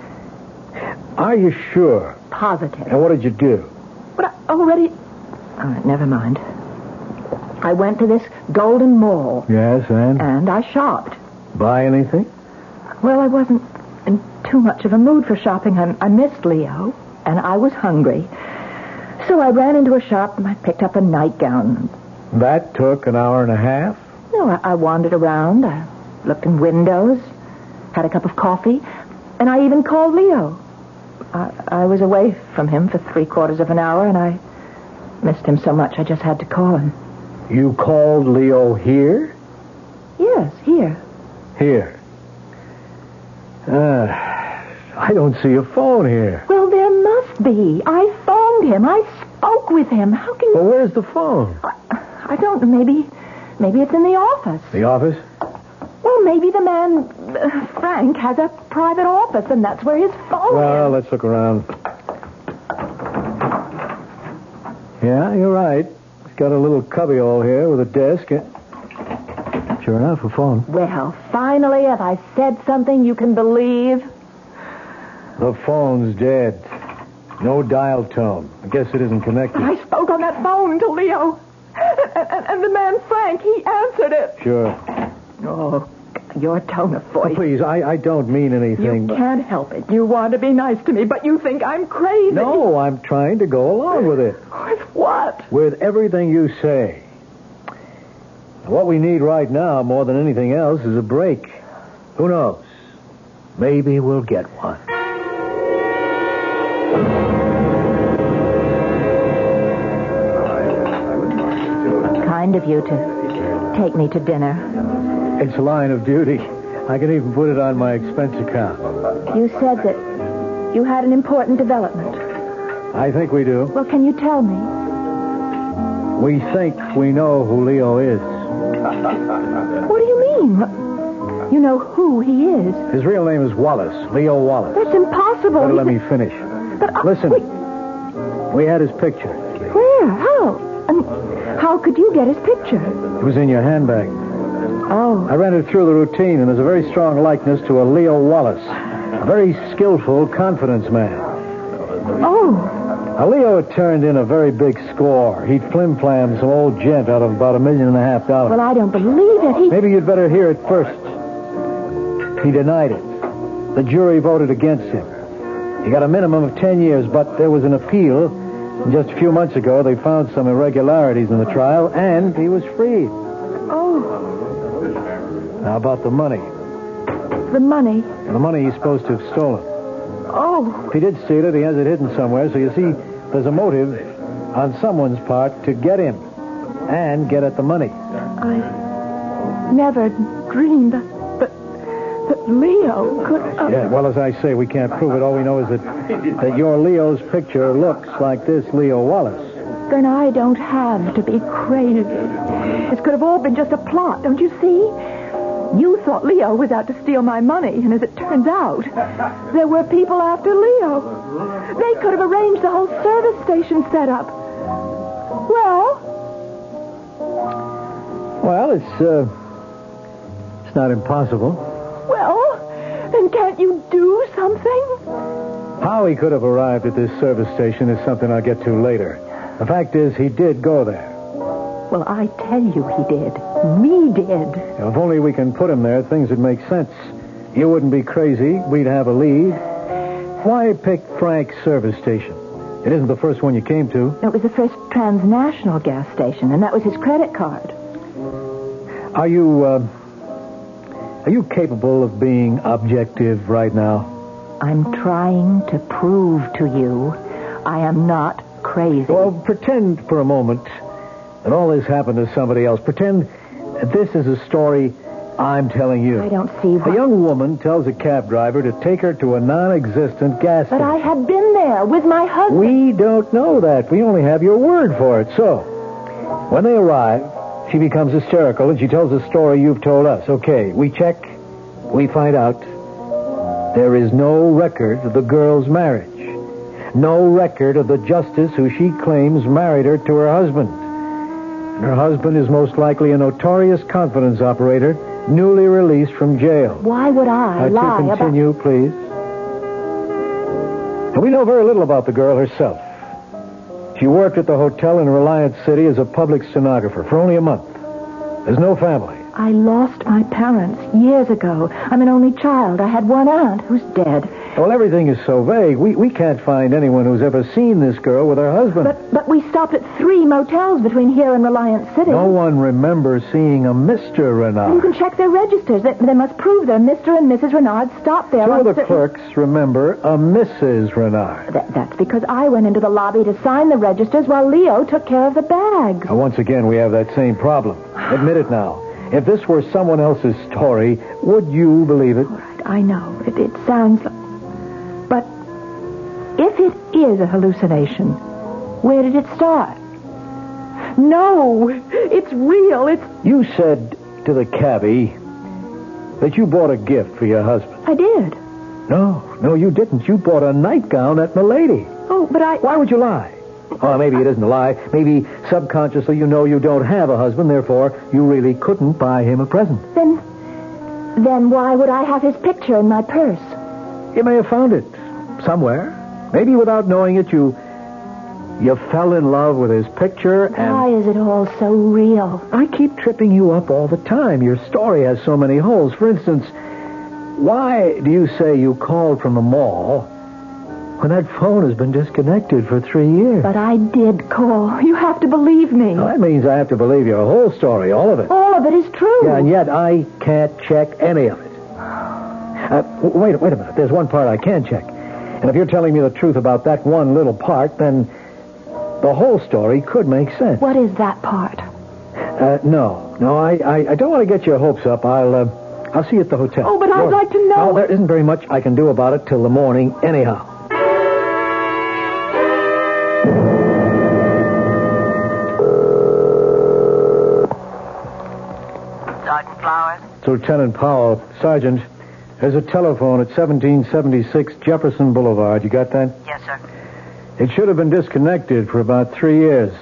Speaker 12: Are you sure?
Speaker 5: Positive.
Speaker 12: And what did you do?
Speaker 5: But I already. All right, never mind. I went to this Golden Mall
Speaker 12: Yes, and?
Speaker 5: and I shopped.
Speaker 12: Buy anything?
Speaker 5: Well, I wasn't in too much of a mood for shopping. I, I missed Leo, and I was hungry. So I ran into a shop and I picked up a nightgown.
Speaker 12: That took an hour and a half.
Speaker 5: No, I, I wandered around. I looked in windows, had a cup of coffee, and I even called Leo. I, I was away from him for three quarters of an hour, and I missed him so much I just had to call him.
Speaker 12: You called Leo here?
Speaker 5: Yes, here.
Speaker 12: Here. Uh, I don't see a phone here.
Speaker 5: Well, there must be. I phoned him. I spoke with him. How can you?
Speaker 12: Well, where's the phone?
Speaker 5: I don't. know. Maybe, maybe it's in the office.
Speaker 12: The office?
Speaker 5: Well, maybe the man uh, Frank has a private office, and that's where his phone.
Speaker 12: Well, let's look around. Yeah, you're right. It's got a little cubbyhole here with a desk. Sure enough, a phone.
Speaker 5: Well, finally, have I said something you can believe?
Speaker 12: The phone's dead. No dial tone. I guess it isn't connected.
Speaker 2: I spoke on that phone to Leo. And, and- and the man Frank, he answered it.
Speaker 12: Sure.
Speaker 5: Oh, your tone of voice.
Speaker 12: Please, I, I don't mean anything.
Speaker 2: You
Speaker 12: but-
Speaker 2: can't help it. You want to be nice to me, but you think I'm crazy.
Speaker 12: No, I'm trying to go along with it.
Speaker 2: With what?
Speaker 12: With everything you say. What we need right now, more than anything else, is a break. Who knows? Maybe we'll get one.
Speaker 5: Kind of you to take me to dinner.
Speaker 12: It's a line of duty. I can even put it on my expense account.
Speaker 5: You said that you had an important development.
Speaker 12: I think we do.
Speaker 5: Well, can you tell me?
Speaker 12: We think we know who Leo is.
Speaker 5: What do you mean? You know who he is.
Speaker 12: His real name is Wallace, Leo Wallace.
Speaker 5: That's impossible.
Speaker 12: Better let
Speaker 5: He's-
Speaker 12: me finish.
Speaker 5: uh,
Speaker 12: Listen, we had his picture.
Speaker 5: Where? How? And how could you get his picture?
Speaker 12: It was in your handbag.
Speaker 5: Oh.
Speaker 12: I ran it through the routine, and there's a very strong likeness to a Leo Wallace, a very skillful confidence man.
Speaker 5: Oh,
Speaker 12: Now, Leo had turned in a very big score. He'd flim flam some old gent out of about a million and a half dollars.
Speaker 5: well, I don't believe it. He.
Speaker 12: Maybe you'd better hear it first. He denied it. The jury voted against him. He got a minimum of 10 years, but there was an appeal. And just a few months ago, they found some irregularities in the trial, and he was freed.
Speaker 5: Oh,
Speaker 12: Now, about the money.
Speaker 5: the money.
Speaker 12: The money he's supposed to have stolen.
Speaker 5: Oh,
Speaker 12: If he did steal it, he has it hidden somewhere, so you see, there's a motive on someone's part to get him and get at the money.
Speaker 5: I never dreamed that, that, that Leo could. Uh,
Speaker 12: Yeah, well, as I say, we can't prove it. All we know is that, that your Leo's picture looks like this Leo Wallace.
Speaker 5: Then I don't have to be crazy. This could have all been just a plot, don't you see? You thought Leo was out to steal my money, and as it turns out, there were people after Leo. They could have arranged the whole service station setup. Well,
Speaker 12: Well, it's, uh, it's not impossible.
Speaker 2: Well, then can't you do something?
Speaker 12: How he could have arrived at this service station is something I'll get to later. The fact is, he did go there.
Speaker 5: well, I tell you he did. Me did.
Speaker 12: If only we can put him there, things would make sense. You wouldn't be crazy. We'd have a lead. Why pick Frank's service station? It isn't the first one you came to.
Speaker 5: It was the first transnational gas station, and that was his credit card.
Speaker 12: Are you, uh, are you capable of being objective right now?
Speaker 5: I'm trying to prove to you I am not crazy.
Speaker 12: Well, pretend for a moment that all this happened to somebody else. Pretend that this is a story I'm telling you. I
Speaker 5: don't see why.
Speaker 12: A young woman tells a cab driver to take her to a non-existent gas
Speaker 5: But
Speaker 12: station.
Speaker 5: I had been there with my husband.
Speaker 12: We don't know that. We only have your word for it. So, when they arrive, she becomes hysterical and she tells the story you've told us. Okay, we check. We find out there is no record of the girl's marriage. No record of the justice who she claims married her to her husband. And her husband is most likely a notorious confidence operator, newly released from jail.
Speaker 5: Why would I
Speaker 12: Uh,
Speaker 5: lie
Speaker 12: to
Speaker 5: about...
Speaker 12: continue, please. And we know very little about the girl herself. She worked at the hotel in Reliance City as a public stenographer for only a month. There's no family.
Speaker 5: I lost my parents years ago. I'm an only child. I had one aunt who's dead.
Speaker 12: Well, everything is so vague. We, we can't find anyone who's ever seen this girl with her husband.
Speaker 5: But we stopped at three motels between here and Reliance City.
Speaker 12: no one remembers seeing a Mr.
Speaker 5: You
Speaker 12: Renard.
Speaker 5: can check their registers. They, they must prove their Mr. and Mrs. Renard stopped there
Speaker 12: Two
Speaker 5: on
Speaker 12: of the
Speaker 5: certain-
Speaker 12: clerks remember a Mrs. Renard.
Speaker 5: That, that's because I went into the lobby to sign the registers while Leo took care of the bags.
Speaker 12: Now, once again, we have that same problem. Admit it now. If this were someone else's story, would you believe it?
Speaker 5: I know. It, it sounds like... But if it is a hallucination, where did it start? No, it's real. It's...
Speaker 12: You said to the cabbie that you bought a gift for your husband.
Speaker 5: I did.
Speaker 12: No, no, you didn't. You bought a nightgown at Milady.
Speaker 5: Oh, but I...
Speaker 12: Why would you lie? Or maybe it isn't a lie. Maybe subconsciously you know you don't have a husband, therefore you really couldn't buy him a present.
Speaker 5: Then... Then why would I have his picture in my purse?
Speaker 12: You may have found it somewhere. Maybe without knowing it, you you fell in love with his picture and
Speaker 5: Why is it all so real?
Speaker 12: I keep tripping you up all the time. Your story has so many holes. For instance, why do you say you called from the mall when that phone has been disconnected for three years?
Speaker 5: But I did call. You have to believe me.
Speaker 12: Well, that means I have to believe your whole story, all of it.
Speaker 5: All of it is true.
Speaker 12: Yeah, and yet I can't check any of it. Uh, w- wait, wait a minute. There's one part I can check. And if you're telling me the truth about that one little part, then the whole story could make sense.
Speaker 5: What is that part?
Speaker 12: Uh, no, no, I, I, I don't want to get your hopes up. I'll, uh, I'll see you at the hotel.
Speaker 5: Oh, but I'd
Speaker 12: Sure.
Speaker 5: like to know-
Speaker 12: No, there isn't very much I can do about it till the morning, anyhow.
Speaker 16: Sergeant Flowers?
Speaker 12: It's Lieutenant Powell, Sergeant, there's a telephone at 1776 Jefferson Boulevard. You got that?
Speaker 16: Yes, sir.
Speaker 12: It should have been disconnected for about three years.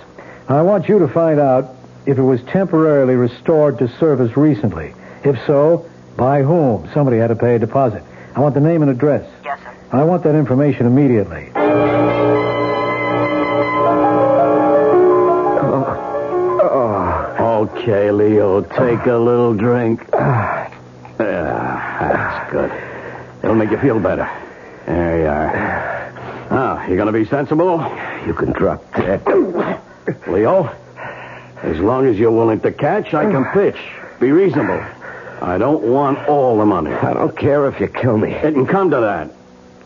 Speaker 12: I want you to find out if it was temporarily restored to service recently. If so, by whom? Somebody had to pay a deposit. I want the name and address.
Speaker 16: Yes, sir.
Speaker 12: I want that information immediately.
Speaker 3: Okay, Leo, take a little drink. Yeah, that's good. It'll make you feel better. There you are. Now, you gonna be sensible? You can drop that. Leo, as long as you're willing to catch, I can pitch. Be reasonable. I don't want all the money. I don't care if you kill me. It can come to that.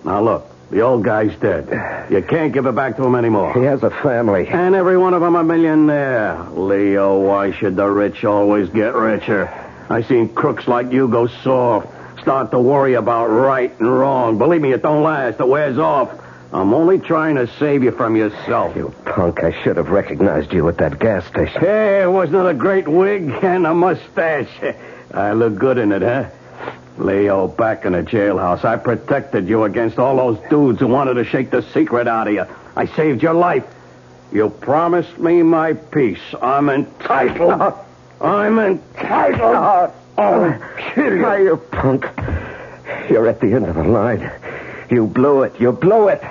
Speaker 3: Now look, the old guy's dead. You can't give it back to him anymore. He has a family. And every one of them a millionaire. Leo, why should the rich always get richer? I seen crooks like you go soft, start to worry about right and wrong. Believe me, it don't last. It wears off. I'm only trying to save you from yourself. You
Speaker 16: Punk, I should have recognized you at that gas station.
Speaker 3: Hey, wasn't it a great wig and a mustache? I look good in it, huh? Leo, back in the jailhouse, I protected you against all those dudes who wanted to shake the secret out of you. I saved your life. You promised me my peace. I'm entitled. I'm entitled. Oh, kill you.
Speaker 16: you punk. You're at the end of the line. You blew it. You blew it.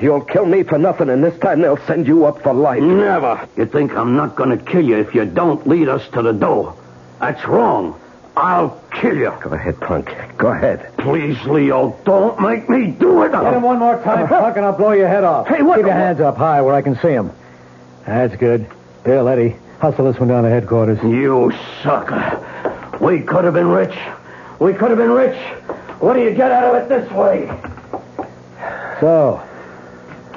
Speaker 16: You'll kill me for nothing, and this time they'll send you up for life.
Speaker 3: Never. You think I'm not going to kill you if you don't lead us to the door? That's wrong. I'll kill you.
Speaker 16: Go ahead, punk. Go ahead.
Speaker 3: Please, Leo, don't make me do it.
Speaker 12: Hit him one more time, Puck, and I'll blow your head off.
Speaker 3: Hey, what
Speaker 12: Keep
Speaker 3: the-
Speaker 12: your hands up high where I can see them. That's good. Bill, Eddie, hustle this one down to headquarters.
Speaker 3: You sucker. We could have been rich. We could have been rich. What do you get out of it this way?
Speaker 12: So,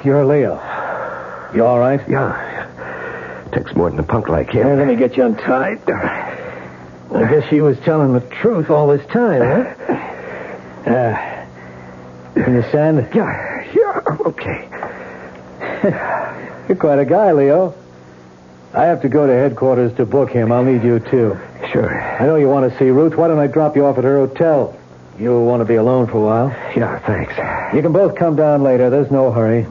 Speaker 12: you're Leo. You all right?
Speaker 16: Yeah. Takes more than a punk like him.
Speaker 12: Hey, let me get you untied. I guess she was telling the truth all this time, huh? Uh, can you send? Yeah, yeah, okay. You're quite a guy, Leo. I have to go to headquarters to book him. I'll need you, too. Sure. I know you want to see Ruth. Why don't I drop you off at her hotel? You'll want to be alone for a while. Yeah, thanks. You can both come down later. There's no hurry.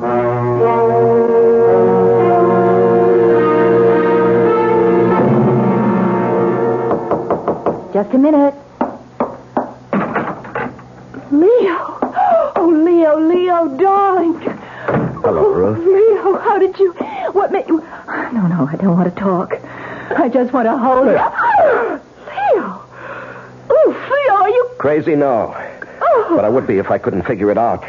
Speaker 6: Just a minute.
Speaker 5: Leo. Oh, Leo, Leo, darling. Oh,
Speaker 6: Hello, Ruth.
Speaker 5: Leo, how did you. What made you.
Speaker 6: No, no, I don't want to talk. I just want to hold
Speaker 5: Oh,
Speaker 6: you.
Speaker 5: Leo. Leo. Oof, Leo, are Oh, you.
Speaker 4: Crazy, no.
Speaker 5: Oh.
Speaker 4: But I would be if I couldn't figure it out.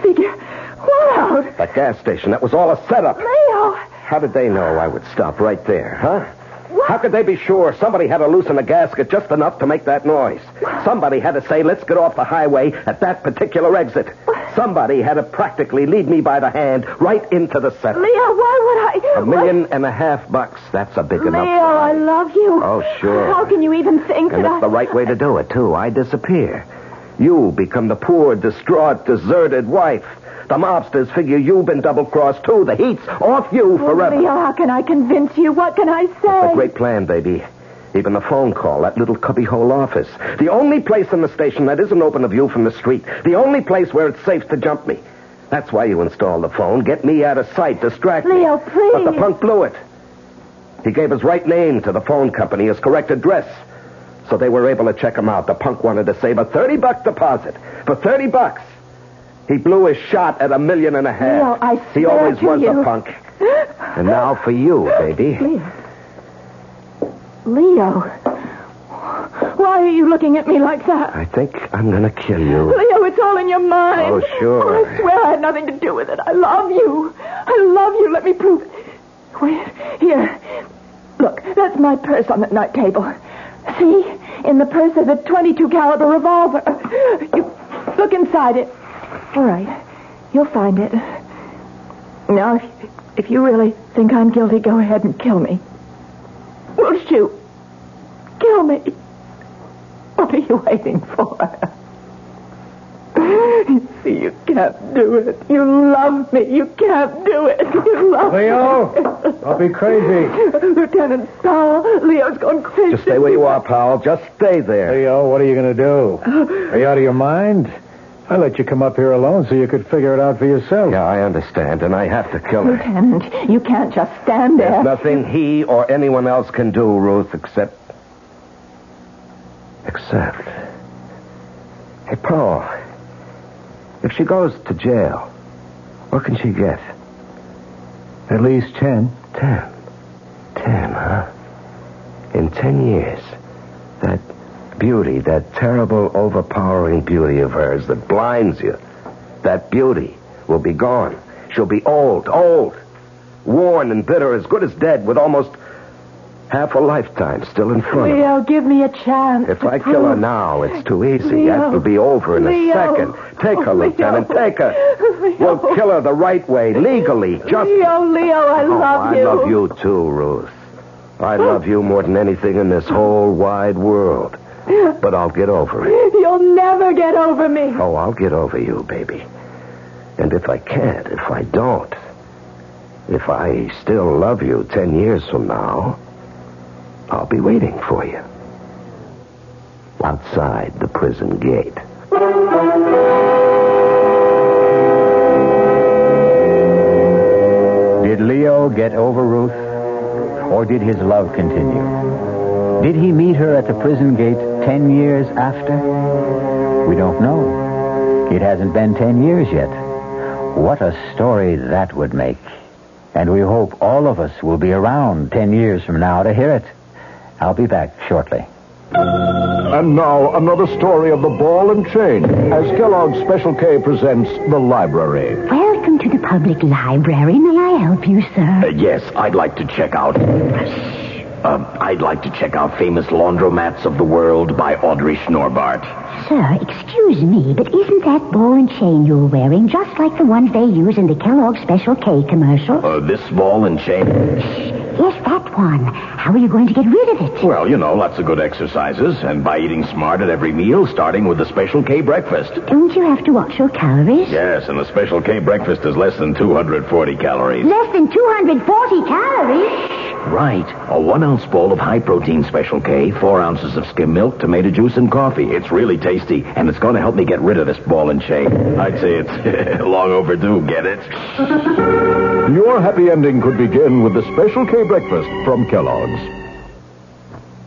Speaker 5: Figure. What out?
Speaker 4: That gas station, that was all a setup.
Speaker 5: Leo.
Speaker 4: How did they know I would stop right there, huh? How could they be sure somebody had to loosen the gasket just enough to make that noise? Somebody had to say, let's get off the highway at that particular exit. Somebody had to practically lead me by the hand right into the setup.
Speaker 5: Leo, why would I.
Speaker 4: A million and a half bucks, that's a big
Speaker 5: Leo,
Speaker 4: enough.
Speaker 5: I love you.
Speaker 4: Oh, sure.
Speaker 5: How can you even think
Speaker 4: And
Speaker 5: that I.
Speaker 4: it's the right way to do it, too. I disappear. You become the poor, distraught, deserted wife. The mobsters figure you've been double crossed, too. The heat's off you forever.
Speaker 5: Leo, how can I convince you? What can I
Speaker 4: A
Speaker 5: say?
Speaker 4: great plan, baby. Even the phone call, that little cubbyhole office. The only place in the station that isn't open to view from the street. The only place where it's safe to jump me. That's why you installed the phone. Get me out of sight, distract me.
Speaker 5: Leo, please.
Speaker 4: But the punk blew it. He gave his right name to the phone company, his correct address. So they were able to check him out. The punk wanted to save a 30 buck deposit. For 30 bucks. He blew his shot at a million and a half.
Speaker 5: Leo, I
Speaker 4: he
Speaker 5: swear
Speaker 4: always
Speaker 5: to
Speaker 4: was
Speaker 5: you.
Speaker 4: a punk. And now for you, baby.
Speaker 5: Leo. Why are you looking at me like that?
Speaker 4: I think I'm going to kill you.
Speaker 5: Leo, it's all in your mind.
Speaker 4: Oh, sure.
Speaker 5: Oh, I swear I had nothing to do with it. I love you. I love you. Let me prove it. Wait, here. Look, that's my purse on the night table. See? In the purse is a 22 caliber revolver. You look inside it. All right. You'll find it. Now, if, if you really think I'm guilty, go ahead and kill me. Won't you? Kill me. What are you waiting for? You see, you can't do it. You love me. You can't do it. You love
Speaker 12: Leo, don't be crazy.
Speaker 5: me. Lieutenant Powell, Leo's gone crazy.
Speaker 4: Just stay where you are, Powell. Just stay there. Uh,
Speaker 12: Leo, what are you going to do? Are you out of your mind? I let you come up here alone so you could figure it out for yourself.
Speaker 4: Yeah, I understand, and I have to kill her.
Speaker 6: Lieutenant, you can't just stand there.
Speaker 4: There's nothing he or anyone else can do, Ruth, except. Except. Hey, Powell. If she goes to jail, what can she get?
Speaker 12: At least ten.
Speaker 4: Ten. Ten, huh? In ten years, that beauty, that terrible, overpowering beauty of hers that blinds you, that beauty will be gone. She'll be old, old, worn and bitter, as good as dead, with almost half a lifetime still in front of her.
Speaker 5: Leo, give me a chance.
Speaker 4: If
Speaker 5: to
Speaker 4: I kill her
Speaker 5: prove-
Speaker 4: now, it's too easy.
Speaker 5: Leo.
Speaker 4: That'll be over in
Speaker 5: Leo.
Speaker 4: a second. Take her,
Speaker 5: Oh, Leo.
Speaker 4: Lieutenant. Take her. We'll kill her the right way, legally, just
Speaker 5: Leo, Leo, I
Speaker 4: Oh,
Speaker 5: love
Speaker 4: I
Speaker 5: you.
Speaker 4: love you too, Ruth. I love you more than anything in this whole wide world. But I'll get over it.
Speaker 5: You'll never get over me.
Speaker 4: Oh, I'll get over you, baby. And if I can't, if I don't, if I still love you ten years from now, I'll be waiting for you. Outside the prison gate.
Speaker 1: Did Leo get over Ruth? Or did his love continue? Did he meet her at the prison gate ten years after? We don't know. It hasn't been ten years yet. What a story that would make. And we hope all of us will be around ten years from now to hear it. I'll be back shortly.
Speaker 17: And now, another story of the ball and chain as Kellogg's Special K presents The Library.
Speaker 18: Welcome to the public library. May I help you, sir?
Speaker 19: Uh, yes, I'd like to check out. Um, I'd like to check out famous laundromats of the world by Audrey Schnorbart.
Speaker 18: sir, excuse me, but isn't that ball and chain you're wearing just like the ones they use in the Kellogg's Special K commercial?
Speaker 19: Uh, this ball and chain?
Speaker 18: Yes, that one. How are you going to get rid of it?
Speaker 19: Well, you know, lots of good exercises, and by eating smart at every meal, starting with the Special K breakfast.
Speaker 18: Don't you have to watch your calories?
Speaker 19: Yes, and the Special K breakfast is less than 240 calories.
Speaker 18: Less than 240 calories?
Speaker 19: Right. A one ounce bowl of high protein Special K, four ounces of skim milk, tomato juice, and coffee. It's really tasty, and it's going to help me get rid of this ball and chain. I'd say it's long overdue, get it?
Speaker 20: Your happy ending could begin with the Special K breakfast from Kellogg's.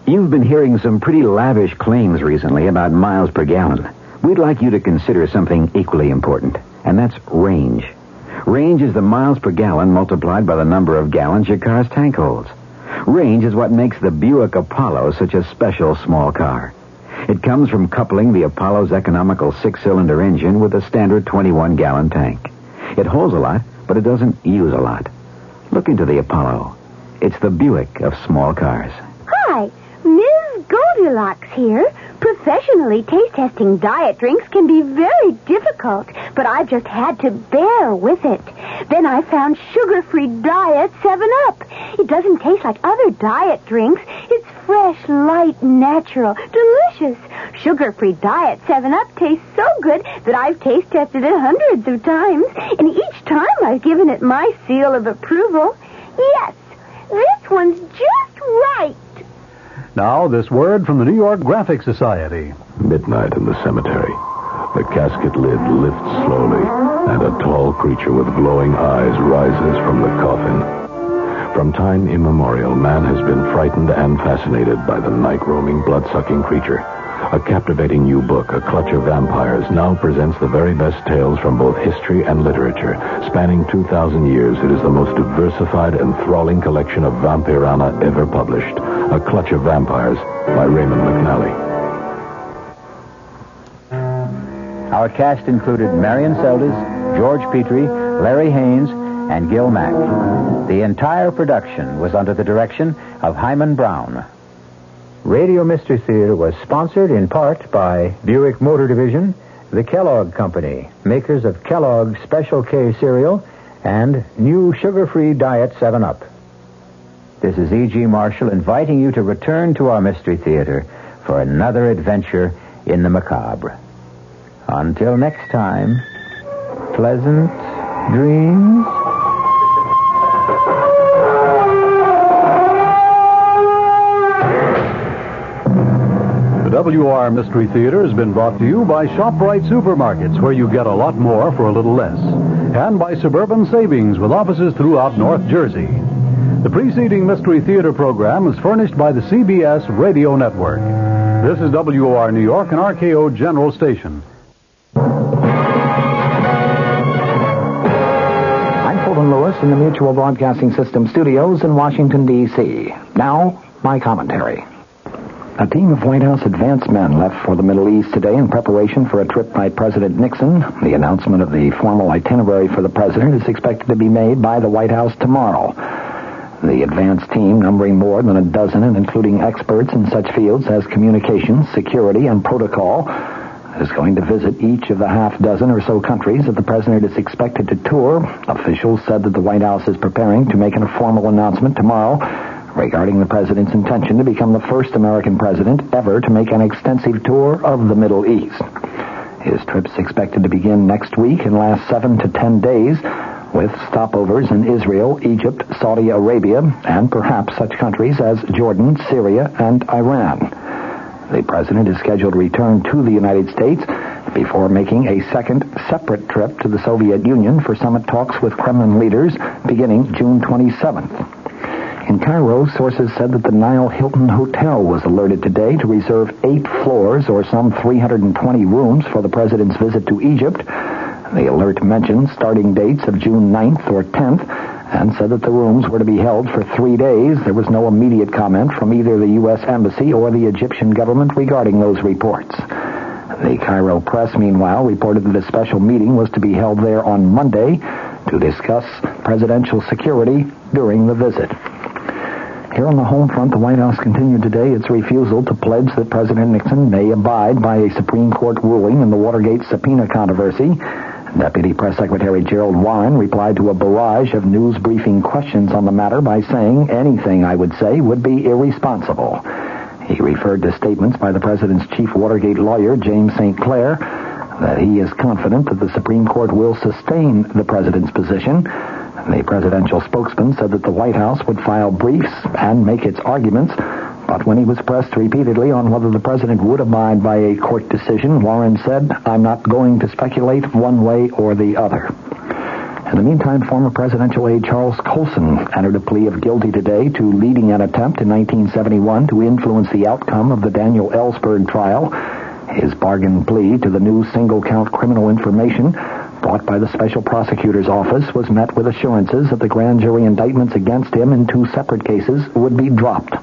Speaker 1: You've been hearing some pretty lavish claims recently about miles per gallon. We'd like you to consider something equally important, and that's range. Range is the miles per gallon multiplied by the number of gallons your car's tank holds. Range is what makes the Buick Apollo such a special small car. It comes from coupling the Apollo's economical six cylinder engine with a standard 21 gallon tank. It holds a lot, but it doesn't use a lot. Look into the Apollo. It's the Buick of small cars.
Speaker 8: Hi, Ms. Goldilocks here. Professionally, taste testing diet drinks can be very difficult, but I just had to bear with it. Then I found sugar-free diet 7-Up. It doesn't taste like other diet drinks. It's fresh, light, natural, delicious. Sugar-free diet 7-Up tastes so good that I've taste tested it hundreds of times, and each time I've given it my seal of approval. Yes, this one's just right.
Speaker 9: Now, this word from the New York Graphic Society.
Speaker 21: Midnight in the cemetery. The casket lid lifts slowly, and a tall creature with glowing eyes rises from the coffin. From time immemorial, man has been frightened and fascinated by the night roaming, blood sucking creature. A captivating new book, A Clutch of Vampires, now presents the very best tales from both history and literature. Spanning 2,000 years, it is the most diversified, enthralling collection of vampirana ever published. A Clutch of Vampires by Raymond McNally.
Speaker 1: Our cast included Marion Seldes, George Petrie, Larry Haynes, and Gil Mack. The entire production was under the direction of Hyman Brown. Radio Mystery Theater was sponsored in part by Buick Motor Division, the Kellogg Company, makers of Kellogg's Special K cereal, and new sugar-free diet 7-Up. This is E.G. Marshall inviting you to return to our Mystery Theater for another adventure in the macabre. Until next time, pleasant dreams.
Speaker 9: The WR Mystery Theater has been brought to you by ShopRite Supermarkets, where you get a lot more for a little less, and by Suburban Savings with offices throughout North Jersey. The preceding Mystery Theater program is furnished by the CBS Radio Network. This is WOR New York and RKO General Station.
Speaker 22: I'm Fulton Lewis in the Mutual Broadcasting System studios in Washington, D.C. Now, my commentary. A team of White House advance men left for the Middle East today in preparation for a trip by President Nixon. The announcement of the formal itinerary for the president is expected to be made by the White House tomorrow. The advance team, numbering more than a dozen and including experts in such fields as communications, security, and protocol, is going to visit each of the half dozen or so countries that the president is expected to tour. Officials said that the White House is preparing to make a formal announcement tomorrow regarding the president's intention to become the first American president ever to make an extensive tour of the Middle East. His trip's expected to begin next week and last seven to ten days with stopovers in Israel, Egypt, Saudi Arabia, and perhaps such countries as Jordan, Syria, and Iran. The president is scheduled to return to the United States before making a second separate trip to the Soviet Union for summit talks with Kremlin leaders beginning June 27th. In Cairo, sources said that the Nile Hilton Hotel was alerted today to reserve eight floors or some 320 rooms for the president's visit to Egypt. The alert mentioned starting dates of June 9th or 10th and said that the rooms were to be held for three days. There was no immediate comment from either the U.S. Embassy or the Egyptian government regarding those reports. The Cairo Press, meanwhile, reported that a special meeting was to be held there on Monday to discuss presidential security during the visit. Here on the home front, the White House continued today its refusal to pledge that President Nixon may abide by a Supreme Court ruling in the Watergate subpoena controversy. Deputy Press Secretary Gerald Warren replied to a barrage of news briefing questions on the matter by saying anything I would say would be irresponsible. He referred to statements by the president's chief Watergate lawyer, James St. Clair, that he is confident that the Supreme Court will sustain the president's position. The presidential spokesman said that the White House would file briefs and make its arguments, but when he was pressed repeatedly on whether the president would abide by a court decision, Warren said, I'm not going to speculate one way or the other. In the meantime, former presidential aide Charles Colson entered a plea of guilty today to leading an attempt in 1971 to influence the outcome of the Daniel Ellsberg trial. His bargain plea to the new single count criminal information brought by the special prosecutor's office was met with assurances that the grand jury indictments against him in two separate cases would be dropped.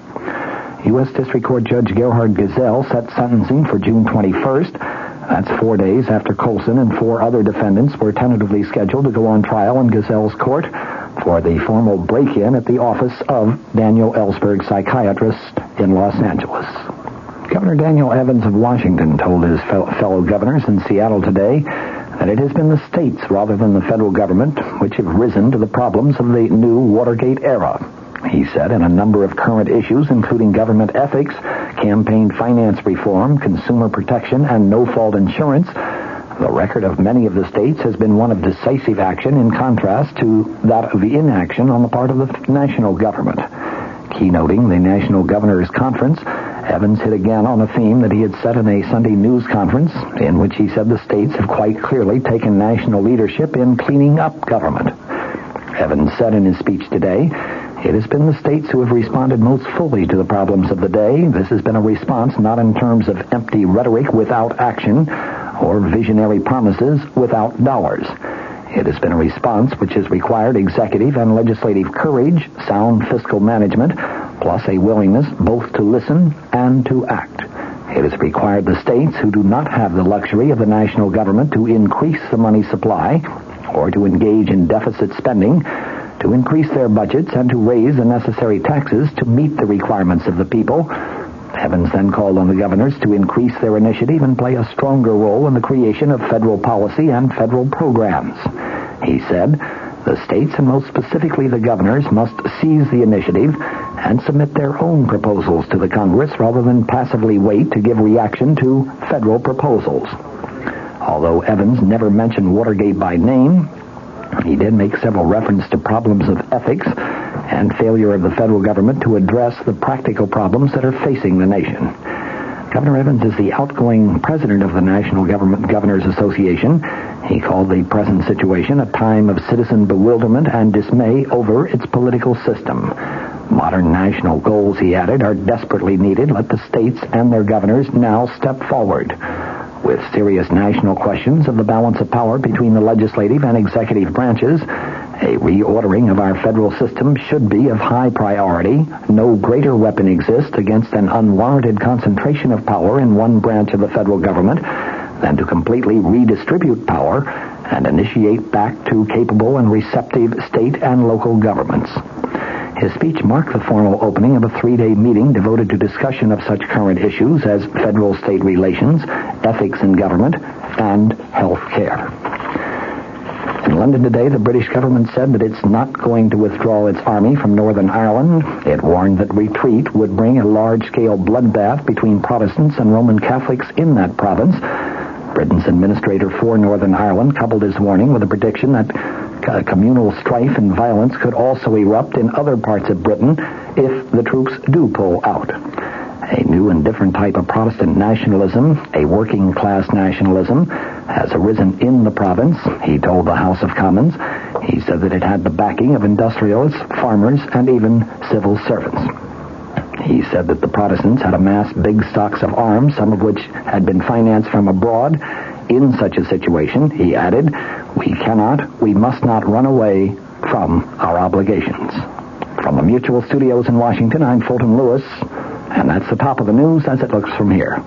Speaker 22: U.S. District Court Judge Gerhard Gazelle set sentencing for June 21st. That's four days after Colson and four other defendants were tentatively scheduled to go on trial in Gazelle's court for the formal break-in at the office of Daniel Ellsberg, psychiatrist in Los Angeles. Governor Daniel Evans of Washington told his fel- fellow governors in Seattle today that it has been the states rather than the federal government which have risen to the problems of the new Watergate era. He said in a number of current issues, including government ethics, campaign finance reform, consumer protection, and no fault insurance, the record of many of the states has been one of decisive action in contrast to that of inaction on the part of the national government. Keynoting the National Governors Conference, Evans hit again on a theme that he had set in a Sunday news conference in which he said the states have quite clearly taken national leadership in cleaning up government. Evans said in his speech today, it has been the states who have responded most fully to the problems of the day. This has been a response not in terms of empty rhetoric without action or visionary promises without dollars. It has been a response which has required executive and legislative courage, sound fiscal management, plus a willingness both to listen and to act. It has required the states who do not have the luxury of the national government to increase the money supply or to engage in deficit spending to increase their budgets and to raise the necessary taxes to meet the requirements of the people. Evans then called on the governors to increase their initiative and play a stronger role in the creation of federal policy and federal programs. He said, the states and most specifically the governors must seize the initiative and submit their own proposals to the Congress rather than passively wait to give reaction to federal proposals. Although Evans never mentioned Watergate by name, he did make several reference to problems of ethics and failure of the federal government to address the practical problems that are facing the nation. Governor Evans is the outgoing president of the National Government Governors Association. He called the present situation a time of citizen bewilderment and dismay over its political system. Modern national goals, he added, are desperately needed. Let the states and their governors now step forward. With serious national questions of the balance of power between the legislative and executive branches, a reordering of our federal system should be of high priority. No greater weapon exists against an unwarranted concentration of power in one branch of the federal government than to completely redistribute power and initiate back to capable and receptive state and local governments. His speech marked the formal opening of a three-day meeting devoted to discussion of such current issues as federal-state relations, ethics in government, and health care. In London today, the British government said that it's not going to withdraw its army from Northern Ireland. It warned that retreat would bring a large-scale bloodbath between Protestants and Roman Catholics in that province. Britain's administrator for Northern Ireland coupled his warning with a prediction that uh, communal strife and violence could also erupt in other parts of Britain if the troops do pull out. A new and different type of Protestant nationalism, a working class nationalism, has arisen in the province, he told the House of Commons. He said that it had the backing of industrialists, farmers, and even civil servants. He said that the Protestants had amassed big stocks of arms, some of which had been financed from abroad. In such a situation, he added, we cannot, we must not run away from our obligations. From the Mutual Studios in Washington, I'm Fulton Lewis, and that's the top of the news as it looks from here.